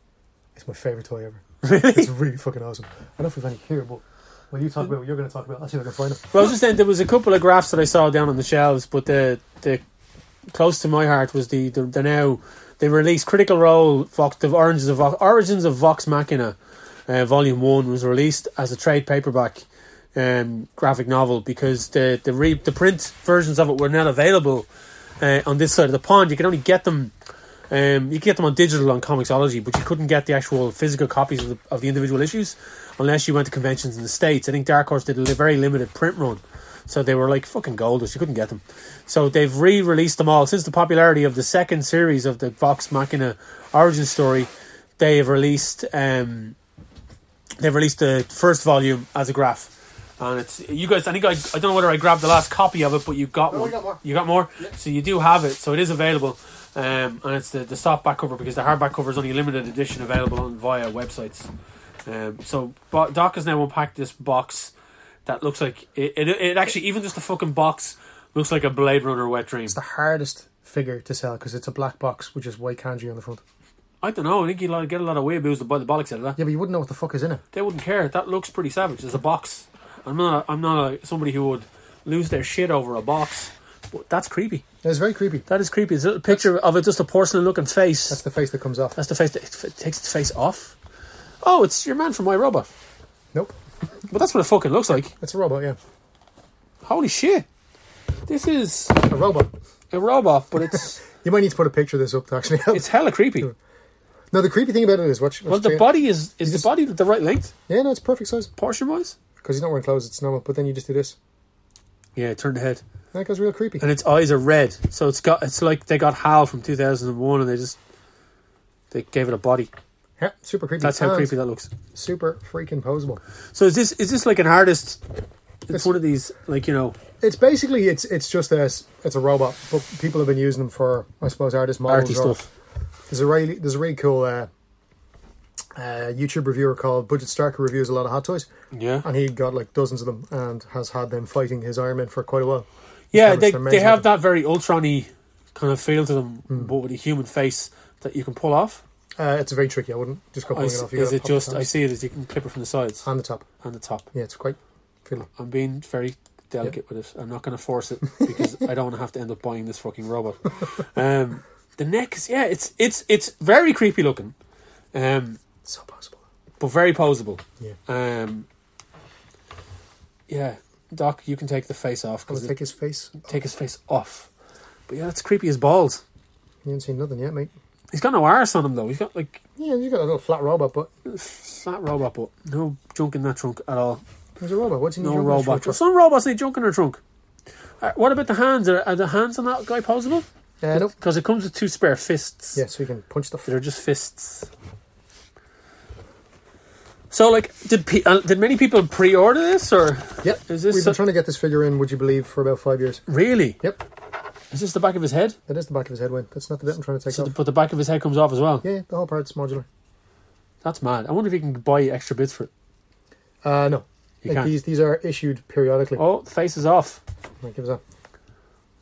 Speaker 1: It's my favorite toy ever. Really? It's really fucking awesome. I don't know if we've any here, but Well, you talk about what you're going to talk about. I'll see if I can find it.
Speaker 2: But I was just saying there was a couple of graphs that I saw down on the shelves, but the the close to my heart was the the, the now they released Critical Role Vox, the Origins of Vox, Origins of Vox Machina, uh, Volume One was released as a trade paperback um, graphic novel because the the re, the print versions of it were not available uh, on this side of the pond. You could only get them. Um, you could get them on digital on Comixology, but you couldn't get the actual physical copies of the, of the individual issues unless you went to conventions in the states. I think Dark Horse did a li- very limited print run, so they were like fucking goldish. You couldn't get them, so they've re-released them all since the popularity of the second series of the Vox Machina origin story. They have released um, they've released the first volume as a graph. And it's you guys. I think I, I don't know whether I grabbed the last copy of it, but you got
Speaker 3: No, I
Speaker 2: one.
Speaker 3: got more.
Speaker 2: You got more, so you do have it. So it is available, um, and it's the the softback cover because the hardback cover is only a limited edition available on via websites. Um, so Bo- Doc has now unpacked this box that looks like it, it. It actually even just the fucking box looks like a Blade Runner wet dream.
Speaker 1: It's the hardest figure to sell because it's a black box, which is white kanji on the front.
Speaker 2: I don't know. I think you get a lot of weeaboos to buy the bollocks out of that.
Speaker 1: Yeah, but you wouldn't know what the fuck is in it.
Speaker 2: they wouldn't care. That looks pretty savage. There's a box. I'm not. A, I'm not a, somebody who would lose their shit over a box. But that's creepy.
Speaker 1: It's very creepy.
Speaker 2: That is creepy. It's a little picture of it, just a porcelain looking face.
Speaker 1: That's
Speaker 2: That's,
Speaker 1: the face that comes off.
Speaker 2: the face that it f- takes its face off. Oh, it's your man from My Robot.
Speaker 1: Nope,
Speaker 2: But that's what it fucking looks like.
Speaker 1: it's a robot. Yeah,
Speaker 2: Holy shit! This is
Speaker 1: a robot.
Speaker 2: a robot, but it's
Speaker 1: You might need to put a picture of this up to actually help.
Speaker 2: it's hella creepy.
Speaker 1: No, the creepy thing about it is watch. watch
Speaker 2: Well, the
Speaker 1: Jay-
Speaker 2: body is is the body the right length
Speaker 1: Yeah, no, it's perfect size
Speaker 2: portion wise?
Speaker 1: because he's not wearing clothes. It's normal. But then you just do this.
Speaker 2: Yeah, turn the head.
Speaker 1: And that goes real creepy.
Speaker 2: and its eyes are red. So it's got it's like they got Hal from two thousand and one, and they just they gave it a body.
Speaker 1: Yeah, super creepy.
Speaker 2: That's how
Speaker 1: And
Speaker 2: creepy that looks.
Speaker 1: Super freaking posable.
Speaker 2: So is this is this like an artist? It's
Speaker 1: It's-
Speaker 2: one of these like you know
Speaker 1: It's basically it's it's just a s- it's a robot, but people have been using them for I suppose artist models.
Speaker 2: arty
Speaker 1: or-
Speaker 2: stuff.
Speaker 1: There's a really there's a really cool uh, uh, YouTube reviewer called Budget Starker reviews a lot of hot toys,
Speaker 2: Yeah,
Speaker 1: and he got like dozens of them and has had them fighting his Iron Man for quite a while.
Speaker 2: yeah.
Speaker 1: covers
Speaker 2: They
Speaker 1: the
Speaker 2: they
Speaker 1: amazing Hmm.
Speaker 2: have
Speaker 1: thing.
Speaker 2: that very ultrony kind of feel to them, but with a human face that you can pull off.
Speaker 1: Uh, it's very tricky. I wouldn't just go
Speaker 2: I
Speaker 1: pulling
Speaker 2: s-
Speaker 1: it off. You
Speaker 2: is
Speaker 1: gotta
Speaker 2: it
Speaker 1: pop the
Speaker 2: just? I
Speaker 1: hands.
Speaker 2: see it as you can clip it from the sides
Speaker 1: on the top?
Speaker 2: and the top.
Speaker 1: Yeah, it's quite fiddly.
Speaker 2: I'm being very delicate with it. I'm not going to force it because I don't want to have to end up buying this fucking robot. Um, the neck is yeah, it's it's it's very creepy looking, um,
Speaker 1: So possible.
Speaker 2: but very posable.
Speaker 1: Yeah.
Speaker 2: Um, yeah, Doc, you can take the face off
Speaker 1: I'll
Speaker 2: because
Speaker 1: take his face.
Speaker 2: take his face off. But yeah, that's creepy as balls.
Speaker 1: You ain't seen nothing yet, mate.
Speaker 2: He's got no arse on him though. He's got like
Speaker 1: Yeah, you got a little flat robot, but
Speaker 2: flat robot, but no junk in that trunk at all.
Speaker 1: there's a robot. What's in
Speaker 2: No
Speaker 1: your
Speaker 2: robot.
Speaker 1: Uh,
Speaker 2: Some robots need junk in their trunk. Uh, what about the hands? Are, are the hands on that guy posable?
Speaker 1: no.
Speaker 2: Because it comes with two spare fists.
Speaker 1: Yeah, so you can punch stuff.
Speaker 2: They're just fists. So, like, did pe- uh, did many people pre-order this, or
Speaker 1: Yep.
Speaker 2: Is this
Speaker 1: We've
Speaker 2: so-
Speaker 1: been trying to get this figure in, would you believe, for about five years.
Speaker 2: really
Speaker 1: Yep.
Speaker 2: is this the back of his head?
Speaker 1: That is the back of his head, Wayne. That's not the bit I'm trying to take
Speaker 2: So, the,
Speaker 1: off.
Speaker 2: but the back of his head comes off as well.
Speaker 1: Yeah, the whole part's modular.
Speaker 2: That's mad. I wonder if you can buy extra bits for it.
Speaker 1: Uh, no.
Speaker 2: You
Speaker 1: Like,
Speaker 2: can't.
Speaker 1: these these are issued periodically.
Speaker 2: Oh, the face is off.
Speaker 1: Like, give us that.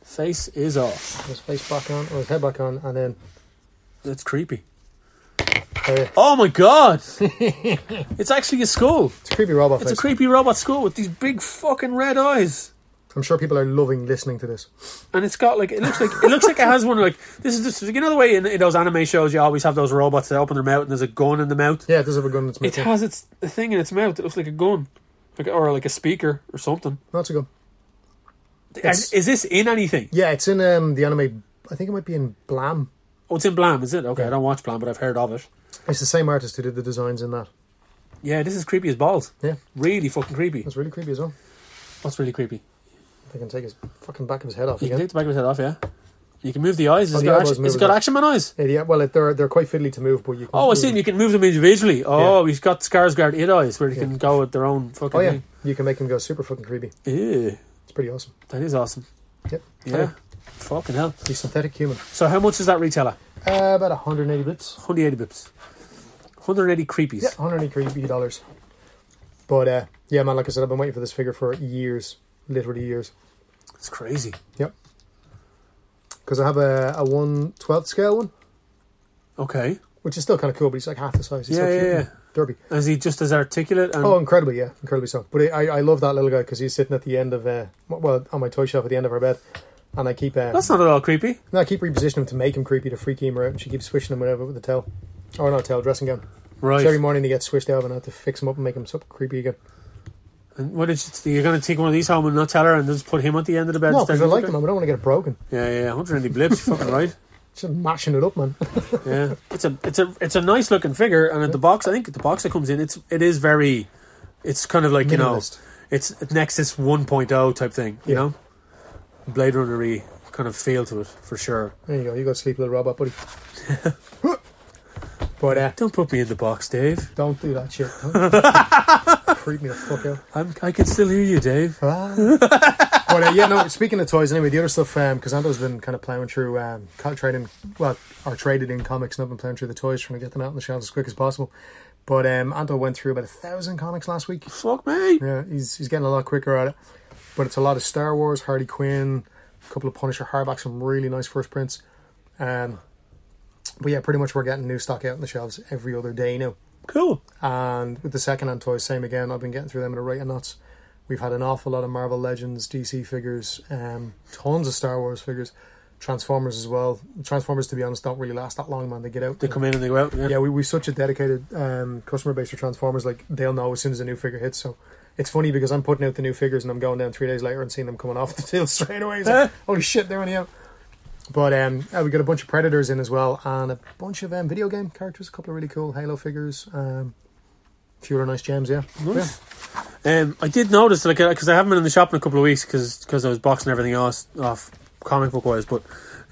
Speaker 2: Face is off.
Speaker 1: Put His face back on, or his head back on, and then
Speaker 2: That's creepy.
Speaker 1: uh,
Speaker 2: Oh my god! it's actually a skull.
Speaker 1: it's a creepy robot
Speaker 2: It's a
Speaker 1: face.
Speaker 2: creepy robot skull with these big fucking red eyes.
Speaker 1: I'm sure people are loving listening to this.
Speaker 2: and it's got like it looks like it looks like it has one like this is just you know the way in, in those anime shows you always have those robots that open their mouth and there's a gun in the mouth.
Speaker 1: Yeah, it does have a gun that's
Speaker 2: It
Speaker 1: missing.
Speaker 2: has its a thing in its mouth. It looks like a gun, like or like a speaker or something.
Speaker 1: No, it's a gun.
Speaker 2: And
Speaker 1: It's-
Speaker 2: is this in anything?
Speaker 1: Yeah, it's in um, the anime. I think it might be in Blam.
Speaker 2: Oh, it's in Blam, is it? Okay, I don't watch Blam, but I've heard of it.
Speaker 1: It's the same artist who did the designs in that.
Speaker 2: Yeah, this is creepy as balls.
Speaker 1: Yeah,
Speaker 2: Really fucking creepy.
Speaker 1: that's really creepy as well.
Speaker 2: What's really creepy?
Speaker 1: They can take his fucking back of his head off
Speaker 2: You can
Speaker 1: again.
Speaker 2: take the back of his head off, yeah. You can move the eyes.
Speaker 1: Oh,
Speaker 2: Has it
Speaker 1: the
Speaker 2: got,
Speaker 1: eyeballs
Speaker 2: action,
Speaker 1: move
Speaker 2: has it
Speaker 1: as
Speaker 2: got
Speaker 1: well.
Speaker 2: action man eyes?
Speaker 1: Yeah, yeah, well, it- they're they're quite fiddly to move, but you. Can
Speaker 2: Oh, I
Speaker 1: do
Speaker 2: see. and
Speaker 1: them.
Speaker 2: You can move them individually. Oh, he's got Skarsgård it eyes where he can go at their own fucking
Speaker 1: Oh yeah,
Speaker 2: thing.
Speaker 1: you can make him go super fucking creepy.
Speaker 2: Ew.
Speaker 1: It's pretty awesome.
Speaker 2: That is awesome.
Speaker 1: Yep.
Speaker 2: Yeah. Fucking hell.
Speaker 1: He's synthetic human.
Speaker 2: So how much is that retailer?
Speaker 1: Uh, about 180 bits.
Speaker 2: 180 bips. 180 creepies.
Speaker 1: Yeah, 180 dollars. But uh, yeah, man, like I said, I've been waiting for this figure for years, literally years.
Speaker 2: It's crazy.
Speaker 1: Yep. Because I have a a one twelfth scale one,
Speaker 2: Okay.
Speaker 1: which is still kind of cool, but he's like half the size. He's
Speaker 2: yeah,
Speaker 1: so
Speaker 2: yeah,
Speaker 1: cute.
Speaker 2: yeah.
Speaker 1: Derby.
Speaker 2: Is he just as articulate? And
Speaker 1: Oh, incredibly, yeah, incredibly so. But I, I love that little guy because he's sitting at the end of, uh, well, on my toy shelf at the end of our bed, and I keep, uh,
Speaker 2: that's not at all creepy.
Speaker 1: no, I keep repositioning him to make him creepy to freak him out, and she keeps swishing him whatever with the tail, or not tail, dressing gown.
Speaker 2: Right.
Speaker 1: So every morning he gets swished out, and I have to fix him up and make him so creepy again.
Speaker 2: and what did you, you're going to take one of these home and not tell her and just put him at the end of the bed?
Speaker 1: No,
Speaker 2: instead
Speaker 1: because
Speaker 2: of
Speaker 1: I
Speaker 2: the
Speaker 1: like
Speaker 2: other
Speaker 1: them, and I don't want to get it broken.
Speaker 2: guy? Yeah, yeah, 180 blips. You're fucking right.
Speaker 1: Just mashing it up, man.
Speaker 2: Yeah, it's a it's a it's a nice looking figure, and at the box, I think the box that comes in, it's it is very, it's kind of like you know,
Speaker 1: Minimalist.
Speaker 2: it's Nexus 1.0 type thing, you
Speaker 1: Yeah.
Speaker 2: know, Blade Runnery kind of feel to it for sure.
Speaker 1: There you go. You go to sleep, little robot buddy. but uh,
Speaker 2: Don't put me in the box, Dave.
Speaker 1: don't do that shit. Don't creep me the fuck out.
Speaker 2: I'm I can still hear you, Dave.
Speaker 1: Ah. but uh, yeah, no. Speaking of toys, anyway, the other stuff because Ando's been kind of plowing through, um, co- trading, well, or traded in comics, and I've been plowing through the toys, trying to get them out on the shelves as quick as possible. But um, Ando went through about a thousand comics last week.
Speaker 2: Fuck me.
Speaker 1: Yeah, he's he's getting a lot quicker at it. But it's a lot of Star Wars, Harley Quinn, a couple of Punisher hardbacks, some really nice first prints. Um, but yeah, pretty much we're getting new stock out on the shelves every other day now.
Speaker 2: Cool.
Speaker 1: And with the second hand toys, same again. I've been getting through them at a rate of nuts. We've had an awful lot of Marvel Legends, DC figures, um, tons of Star Wars figures, Transformers as well. Transformers, to be honest, don't really last that long, man. They get out.
Speaker 2: They come in and they go out. Yeah.
Speaker 1: Yeah, we, we've such a dedicated um, customer base for Transformers. Like, they'll know as soon as a new figure hits. So it's funny because I'm putting out the new figures and I'm going down three days later and seeing them coming off the tail straight away. It's like, holy shit, they're only out. But um, uh, we got a bunch of Predators in as well and a bunch of um, video game characters, a couple of really cool Halo figures. Um, a few other nice gems, yeah.
Speaker 2: Nice. Um, I did notice like because I haven't been in the shop in a couple of weeks because I was boxing everything else off comic book wise, but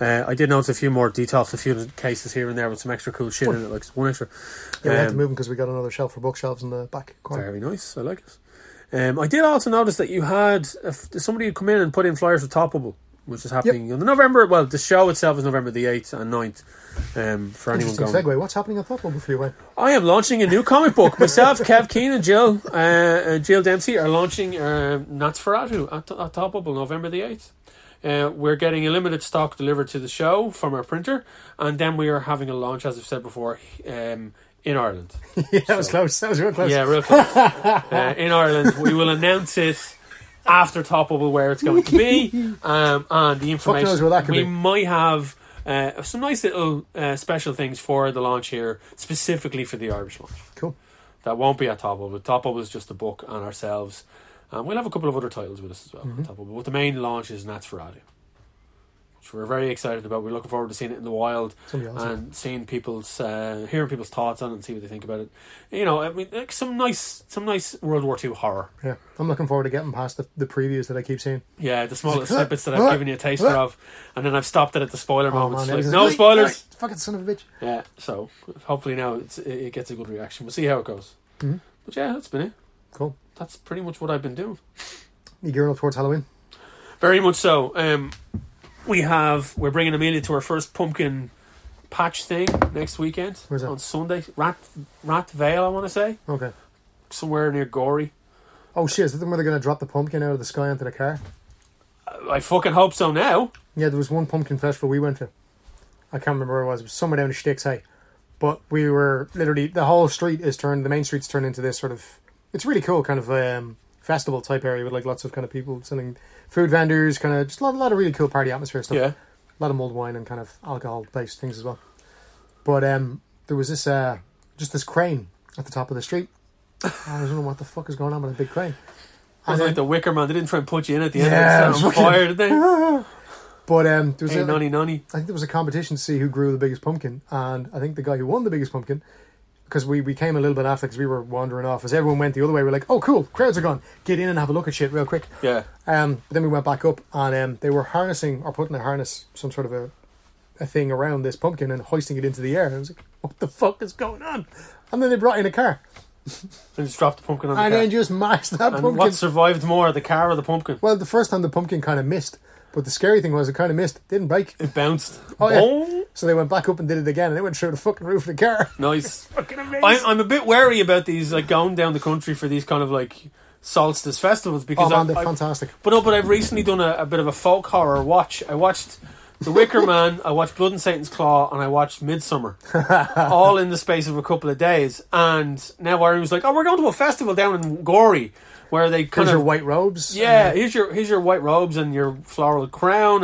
Speaker 2: uh, I did notice a few more details, a few cases here and there with some extra cool shit in it, like one extra.
Speaker 1: Yeah, yeah we had to
Speaker 2: Um,
Speaker 1: move them because we got another shelf for bookshelves in the back corner.
Speaker 2: Very nice. I like it. Um, I did also notice that you had a f- somebody had come in and put in flyers for Toppable, which is happening on the November. Well, the show itself is November the eighth and 9th. Um, for anyone
Speaker 1: Interesting
Speaker 2: going,
Speaker 1: segue. What's happening at Popple before you went?
Speaker 2: I am launching a new comic book myself. Kev Keane and Jill, uh, uh, Jill Dempsey are launching uh, Nosferatu at, at Topable November the eighth. Uh, we're getting a limited stock delivered to the show from our printer, and then we are having a launch, as I've said before, um, in Ireland.
Speaker 1: yeah, that was close. That was real close.
Speaker 2: Yeah, real close. uh, in Ireland, we will announce it after Topable where it's going to be, um, and the information.
Speaker 1: knows where that could
Speaker 2: we
Speaker 1: be.
Speaker 2: might have uh, some nice little uh, special things for the launch here, specifically for the Irish launch.
Speaker 1: Cool.
Speaker 2: That won't be at Topable. But Topable is just a book and ourselves, and we'll have a couple of other titles with us as well.
Speaker 1: Mm-hmm.
Speaker 2: at Topable, but the main launch is Natsferatu. Which we're very excited about. We're looking forward to seeing it in the wild
Speaker 1: It's gonna be awesome.
Speaker 2: and seeing people's uh, hearing people's thoughts on it and see what they think about it. You know, I mean, like some nice, some nice World War Two horror.
Speaker 1: yeah, I'm looking forward to getting past the, the previews that I keep seeing.
Speaker 2: Yeah, the small little
Speaker 1: like,
Speaker 2: snippets that I've
Speaker 1: "Huh?
Speaker 2: given you a taster
Speaker 1: Huh?"
Speaker 2: of, and then I've stopped it at the spoiler
Speaker 1: Oh,
Speaker 2: moments.
Speaker 1: man,
Speaker 2: like,
Speaker 1: it
Speaker 2: no
Speaker 1: was-
Speaker 2: spoilers.
Speaker 1: Fucking son of a bitch.
Speaker 2: Yeah, so hopefully now it's, it it gets a good reaction. We'll see how it goes.
Speaker 1: Mhm.
Speaker 2: But yeah, that's been it.
Speaker 1: Cool.
Speaker 2: That's pretty much what I've been doing.
Speaker 1: You gearing up towards Halloween?
Speaker 2: Very much so. Um, we have we're bringing Amelia to her first pumpkin patch thing next weekend
Speaker 1: Where's that?
Speaker 2: on Sunday. Rat Rat Vale, I want to say
Speaker 1: Okay.
Speaker 2: somewhere near Gory.
Speaker 1: Oh shit! Is that the one where they're gonna drop the pumpkin out of the sky onto the car?
Speaker 2: I fucking hope so now.
Speaker 1: Yeah, there was one pumpkin festival we went to. I can't remember where it was. It was somewhere down the Sticks, hey. But we were literally the whole street is turned. The main street's turned into this sort of. It's really cool, kind of um, festival type area with like lots of kind of people selling food vendors, kind of just a lot, a lot of really cool party atmosphere stuff.
Speaker 2: Yeah.
Speaker 1: a lot of mulled wine and kind of alcohol based things as well. But um, there was this uh, just this crane at the top of the street. I was wondering what the fuck is going on with a big crane.
Speaker 2: It was
Speaker 1: And
Speaker 2: like the Wicker Man. They didn't try and put you in at the
Speaker 1: Yeah,
Speaker 2: end.
Speaker 1: it
Speaker 2: Of it. Set on
Speaker 1: was fucking-
Speaker 2: fire, did they?
Speaker 1: But um, there was
Speaker 2: Hey,
Speaker 1: a-
Speaker 2: nonny, nonny.
Speaker 1: I think there was a competition to see who grew the biggest pumpkin, and I think the guy who won the biggest pumpkin, because we, we came a little bit after because we were wandering off. As everyone went the other way, we were like, "Oh, cool! Crowds are gone. Get in and have a look at shit real quick."
Speaker 2: Yeah.
Speaker 1: Um, but then we went back up, and um, they were harnessing or putting a harness, some sort of a, a thing around this pumpkin and hoisting it into the air. And I was like, "What the fuck is going on?" And then they brought in a car,
Speaker 2: And just dropped the pumpkin on the
Speaker 1: and
Speaker 2: car.
Speaker 1: then just mashed that
Speaker 2: and
Speaker 1: pumpkin.
Speaker 2: what survived more, the car or the pumpkin?
Speaker 1: well, the first time the pumpkin kind of missed, but the scary thing was it kind of missed, didn't break.
Speaker 2: It bounced.
Speaker 1: Oh, yeah.
Speaker 2: Boom.
Speaker 1: So they went back up and did it again, and it went through the fucking roof of the car.
Speaker 2: Nice.
Speaker 1: fucking amazing.
Speaker 2: I'm, I'm a bit wary about these, like going down the country for these kind of like solstice festivals because
Speaker 1: oh man,
Speaker 2: I,
Speaker 1: they're
Speaker 2: I,
Speaker 1: fantastic.
Speaker 2: But no, but I've recently done a, a bit of a folk horror watch. I watched The Wicker Man, I watched Blood and Satan's Claw, and I watched Midsummer, all in the space of a couple of days. And now Irene was like, "Oh, we're going to a festival down in Gory, where they kind
Speaker 1: Here's
Speaker 2: of
Speaker 1: your white robes.
Speaker 2: yeah, here's your here's your white robes and your floral crown,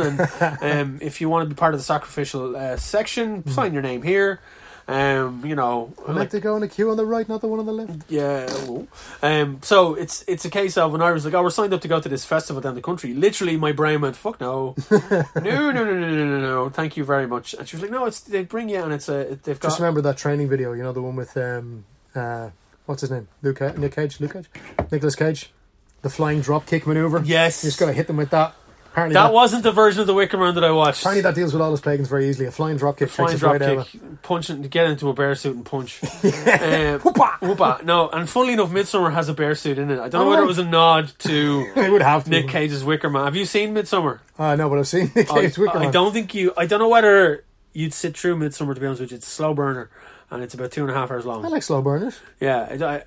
Speaker 2: and um, if you want to be part of the sacrificial uh, section, sign your name here. Um, you know,
Speaker 1: I meant
Speaker 2: like,
Speaker 1: to go in a queue on the right, not the one on the left.
Speaker 2: yeah. whoa. Um, so it's it's a case of when I was like, oh, we're signed up to go to this festival down the country. Literally, my brain went, fuck no, no, no, no, no, no, no, no, thank you very much. And she was like, no, it's they bring you, and it's a it- they've got
Speaker 1: Just remember that training video, you know, the one with um, uh, what's his name, Luke, Ca- Nick Cage, Luke Cage, Nicholas Cage, the flying drop kick maneuver.
Speaker 2: yes,
Speaker 1: you just gotta hit them with that. Apparently,
Speaker 2: that wasn't the version of the Wicker Man that I watched.
Speaker 1: apparently that deals with all his plugins very easily. A flying drop kick
Speaker 2: flying
Speaker 1: takes us
Speaker 2: drop
Speaker 1: right out. of
Speaker 2: kick, punch it, get into a bear suit and punch. um, whoopa, whoopa. No, and funnily enough, Midsummer has a bear suit in it. I don't know whether it
Speaker 1: Oh.
Speaker 2: was a nod
Speaker 1: it.
Speaker 2: to
Speaker 1: They would have to.
Speaker 2: Nick Cage's Wicker Man. Have you seen Midsummer?
Speaker 1: Uh, no, but I've seen Nick
Speaker 2: I,
Speaker 1: Cage. Wicker
Speaker 2: I
Speaker 1: Man.
Speaker 2: don't think you. I don't know whether you'd sit through Midsummer. To be honest with you, it's a slow burner, and it's about two and a half hours long.
Speaker 1: I like slow burners.
Speaker 2: yeah, it- I,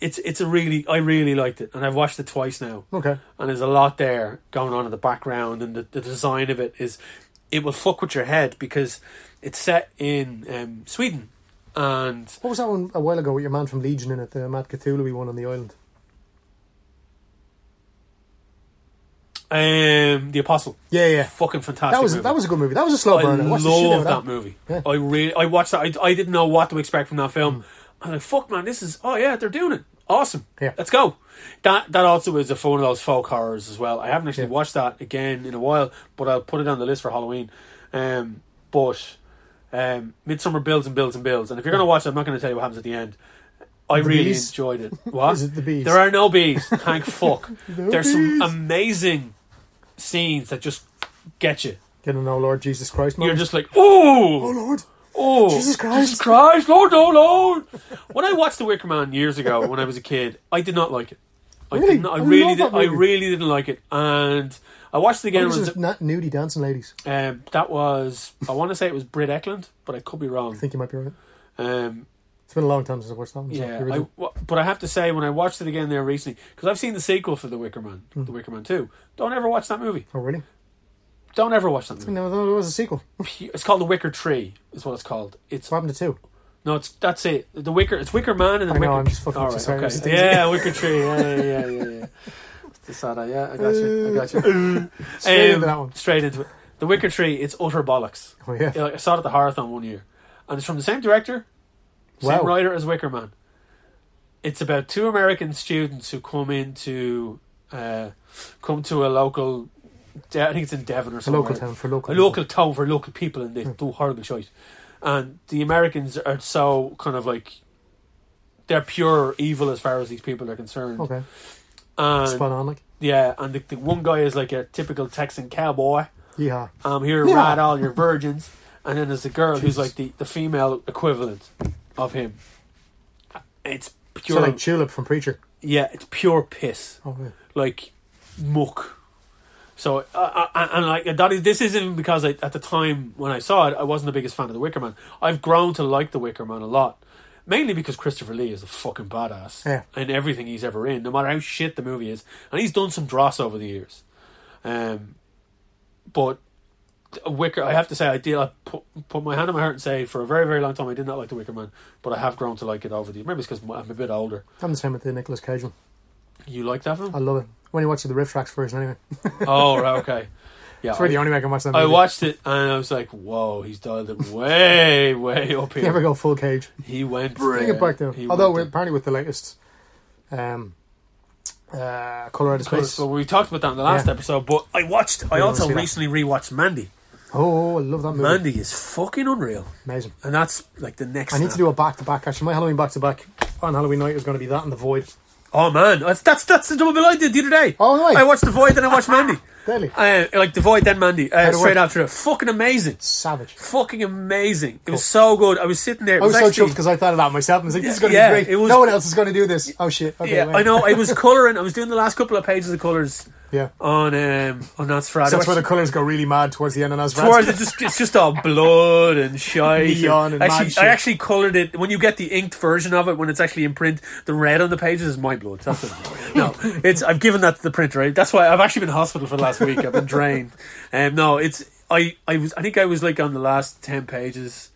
Speaker 2: it's it's a really I really liked it, and I've watched it twice now
Speaker 1: Okay.
Speaker 2: and there's a lot there going on in the background and the, the design of it is it will fuck with your head because it's set in um, Sweden and
Speaker 1: What was that one a while ago with your man from Legion in it, the Matt Cthulhu one on the island?
Speaker 2: um, the Apostle
Speaker 1: Yeah, yeah.
Speaker 2: fucking fantastic
Speaker 1: That was
Speaker 2: movie.
Speaker 1: that was a good movie. That was a slow
Speaker 2: I
Speaker 1: burner. I
Speaker 2: love
Speaker 1: watched the shit out of
Speaker 2: that, movie I really I watched that I, I didn't know what to expect from that
Speaker 1: Hmm.
Speaker 2: film I was like fuck man this is oh yeah they're doing it awesome
Speaker 1: Yeah.
Speaker 2: let's go that that also is a one of those folk horrors as well I haven't actually watched that again in a while but I'll put it on the list for Halloween um, but um, Midsummer builds and builds and builds. And if you're going to watch it, I'm not going to tell you what happens at the end. I
Speaker 1: Hmm.
Speaker 2: really
Speaker 1: bees?
Speaker 2: enjoyed it. What?
Speaker 1: Is it the bees?
Speaker 2: There are no bees. Thank fuck. There's some
Speaker 1: bees.
Speaker 2: amazing scenes that just get you.
Speaker 1: Get an oh Lord Jesus Christ
Speaker 2: You're
Speaker 1: moment.
Speaker 2: just like, ooh,
Speaker 1: oh Lord.
Speaker 2: oh,
Speaker 1: Jesus Christ.
Speaker 2: Jesus Christ, Lord, no, Lord. when I watched The Wicker Man years ago, when I was a kid, I did not like it. I
Speaker 1: Really?
Speaker 2: did not, I,
Speaker 1: I
Speaker 2: really,
Speaker 1: love
Speaker 2: did,
Speaker 1: that
Speaker 2: I
Speaker 1: movie.
Speaker 2: really didn't like it, and I watched it again.
Speaker 1: This
Speaker 2: when I
Speaker 1: is
Speaker 2: was-
Speaker 1: not nudie dancing ladies. I
Speaker 2: um, that was, I want to say it was Britt Eklund, but I could be wrong.
Speaker 1: think you might be right.
Speaker 2: Um,
Speaker 1: It's been a long time since I watched that one. so
Speaker 2: Yeah,
Speaker 1: here we
Speaker 2: I,
Speaker 1: go.
Speaker 2: w- but I have to say when I watched it again there recently because I've seen the sequel for The Wicker Man,
Speaker 1: Hmm.
Speaker 2: The Wicker Man Two. Don't ever watch that movie.
Speaker 1: oh really?
Speaker 2: Don't ever watch that movie.
Speaker 1: No, no, it was a sequel. What
Speaker 2: It's called The Wicker Tree, is what it's called. It's
Speaker 1: happened to two?
Speaker 2: no, it's that's it. The Wicker, it's Wicker Man and the
Speaker 1: I know,
Speaker 2: Wicker.
Speaker 1: I'm just fucking
Speaker 2: All right,
Speaker 1: just saying it's
Speaker 2: okay.
Speaker 1: easy.
Speaker 2: Yeah, Wicker Tree. Yeah, yeah, yeah, yeah. yeah. It's the sad eye. Yeah, I got you. I got you.
Speaker 1: Straight
Speaker 2: Um,
Speaker 1: into that one.
Speaker 2: Straight into it. The Wicker Tree. It's utter bollocks.
Speaker 1: Oh yeah.
Speaker 2: Yeah, like I saw it at the Horathon one year, and it's from the same director,
Speaker 1: Wow.
Speaker 2: same writer as Wicker Man. It's about two American students who come into uh, come to a local. De- I think it's in Devon or
Speaker 1: A
Speaker 2: somewhere.
Speaker 1: local town for local.
Speaker 2: A local town for local people, and they
Speaker 1: Hmm.
Speaker 2: do horrible shit. And the Americans are so kind of like they're pure evil as far as these people are concerned.
Speaker 1: Okay.
Speaker 2: And
Speaker 1: Spot on like.
Speaker 2: yeah, and the, the one guy is like a typical Texan cowboy.
Speaker 1: Yeah.
Speaker 2: I'm here to
Speaker 1: Yeah.
Speaker 2: ride all your virgins. And then there's a girl who's
Speaker 1: Jesus.
Speaker 2: like the, the female equivalent of him. It's
Speaker 1: So
Speaker 2: pure,
Speaker 1: like Tulip from Preacher.
Speaker 2: yeah, it's pure piss,
Speaker 1: Oh yeah.
Speaker 2: like muck. So, uh, uh, and like that is this isn't even because I, at the time when I saw it, I wasn't the biggest fan of the Wicker Man. I've grown to like the Wicker Man a lot, mainly because Christopher Lee is a fucking badass
Speaker 1: Yeah.
Speaker 2: in everything he's ever in, no matter how shit the movie is. And he's done some dross over the years, um, but a Wicker, I have to say, I did. I put, put my hand on my heart and say, for a very, very long time, I did not like the Wicker Man, but I have grown to like it over the. Maybe it's because I'm a bit older.
Speaker 1: I'm the same with the Nicholas Cage one.
Speaker 2: You like that film?
Speaker 1: I love it. When you watch the riff tracks version, anyway.
Speaker 2: oh, right, okay. Yeah,
Speaker 1: It's really the only way I can watch that.
Speaker 2: I, I
Speaker 1: movie.
Speaker 2: watched it and I was like, "Whoa, he's dialed it way, way up
Speaker 1: You Never
Speaker 2: here."
Speaker 1: go full Cage.
Speaker 2: He went.
Speaker 1: Bring
Speaker 2: there.
Speaker 1: it back down.
Speaker 2: He
Speaker 1: Although
Speaker 2: went
Speaker 1: with, apparently with the latest, um, uh, Color Out of
Speaker 2: there.
Speaker 1: Space.
Speaker 2: So we talked about that in the last
Speaker 1: Yeah.
Speaker 2: episode, but I watched. I
Speaker 1: Yeah, I
Speaker 2: also
Speaker 1: see that.
Speaker 2: recently rewatched Mandy.
Speaker 1: Oh, I love that movie.
Speaker 2: Mandy is fucking unreal,
Speaker 1: Amazing.
Speaker 2: and that's like the next.
Speaker 1: I need to do a back to back. Actually, my Halloween back to back on Halloween night is going to be that and the Void.
Speaker 2: Oh man, that's that's, that's the double bill I did the other day.
Speaker 1: Oh, nice.
Speaker 2: I watched The Void, then I watched Mandy.
Speaker 1: Deadly.
Speaker 2: Uh, like The Void, then Mandy. Uh,
Speaker 1: it
Speaker 2: straight
Speaker 1: work?
Speaker 2: after it, fucking amazing,
Speaker 1: Savage.
Speaker 2: fucking amazing. It was so good. I was sitting there. It
Speaker 1: I was so
Speaker 2: actually-
Speaker 1: chuffed because I thought of that myself. and I was like, this is going to
Speaker 2: Yeah,
Speaker 1: be great.
Speaker 2: it was-
Speaker 1: no one else is going to do this. Oh shit. Okay,
Speaker 2: yeah,
Speaker 1: wait.
Speaker 2: I know. I was coloring. I was doing the last couple of pages of colors
Speaker 1: Yeah.
Speaker 2: on um on Nosferatu.
Speaker 1: So that's where the colours go really mad towards the end of Nazareth.
Speaker 2: Whereas it's just it's just all blood and shite.
Speaker 1: Neon and
Speaker 2: actually,
Speaker 1: mad shit.
Speaker 2: I actually coloured it when you get the inked version of it when it's actually in print. The red on the pages is my blood. That's it. no, it's I've given that to the printer. Right? That's why I've actually been in hospital for the last week. I've been drained. Um, no, it's I, I was I think I was like on the last ten pages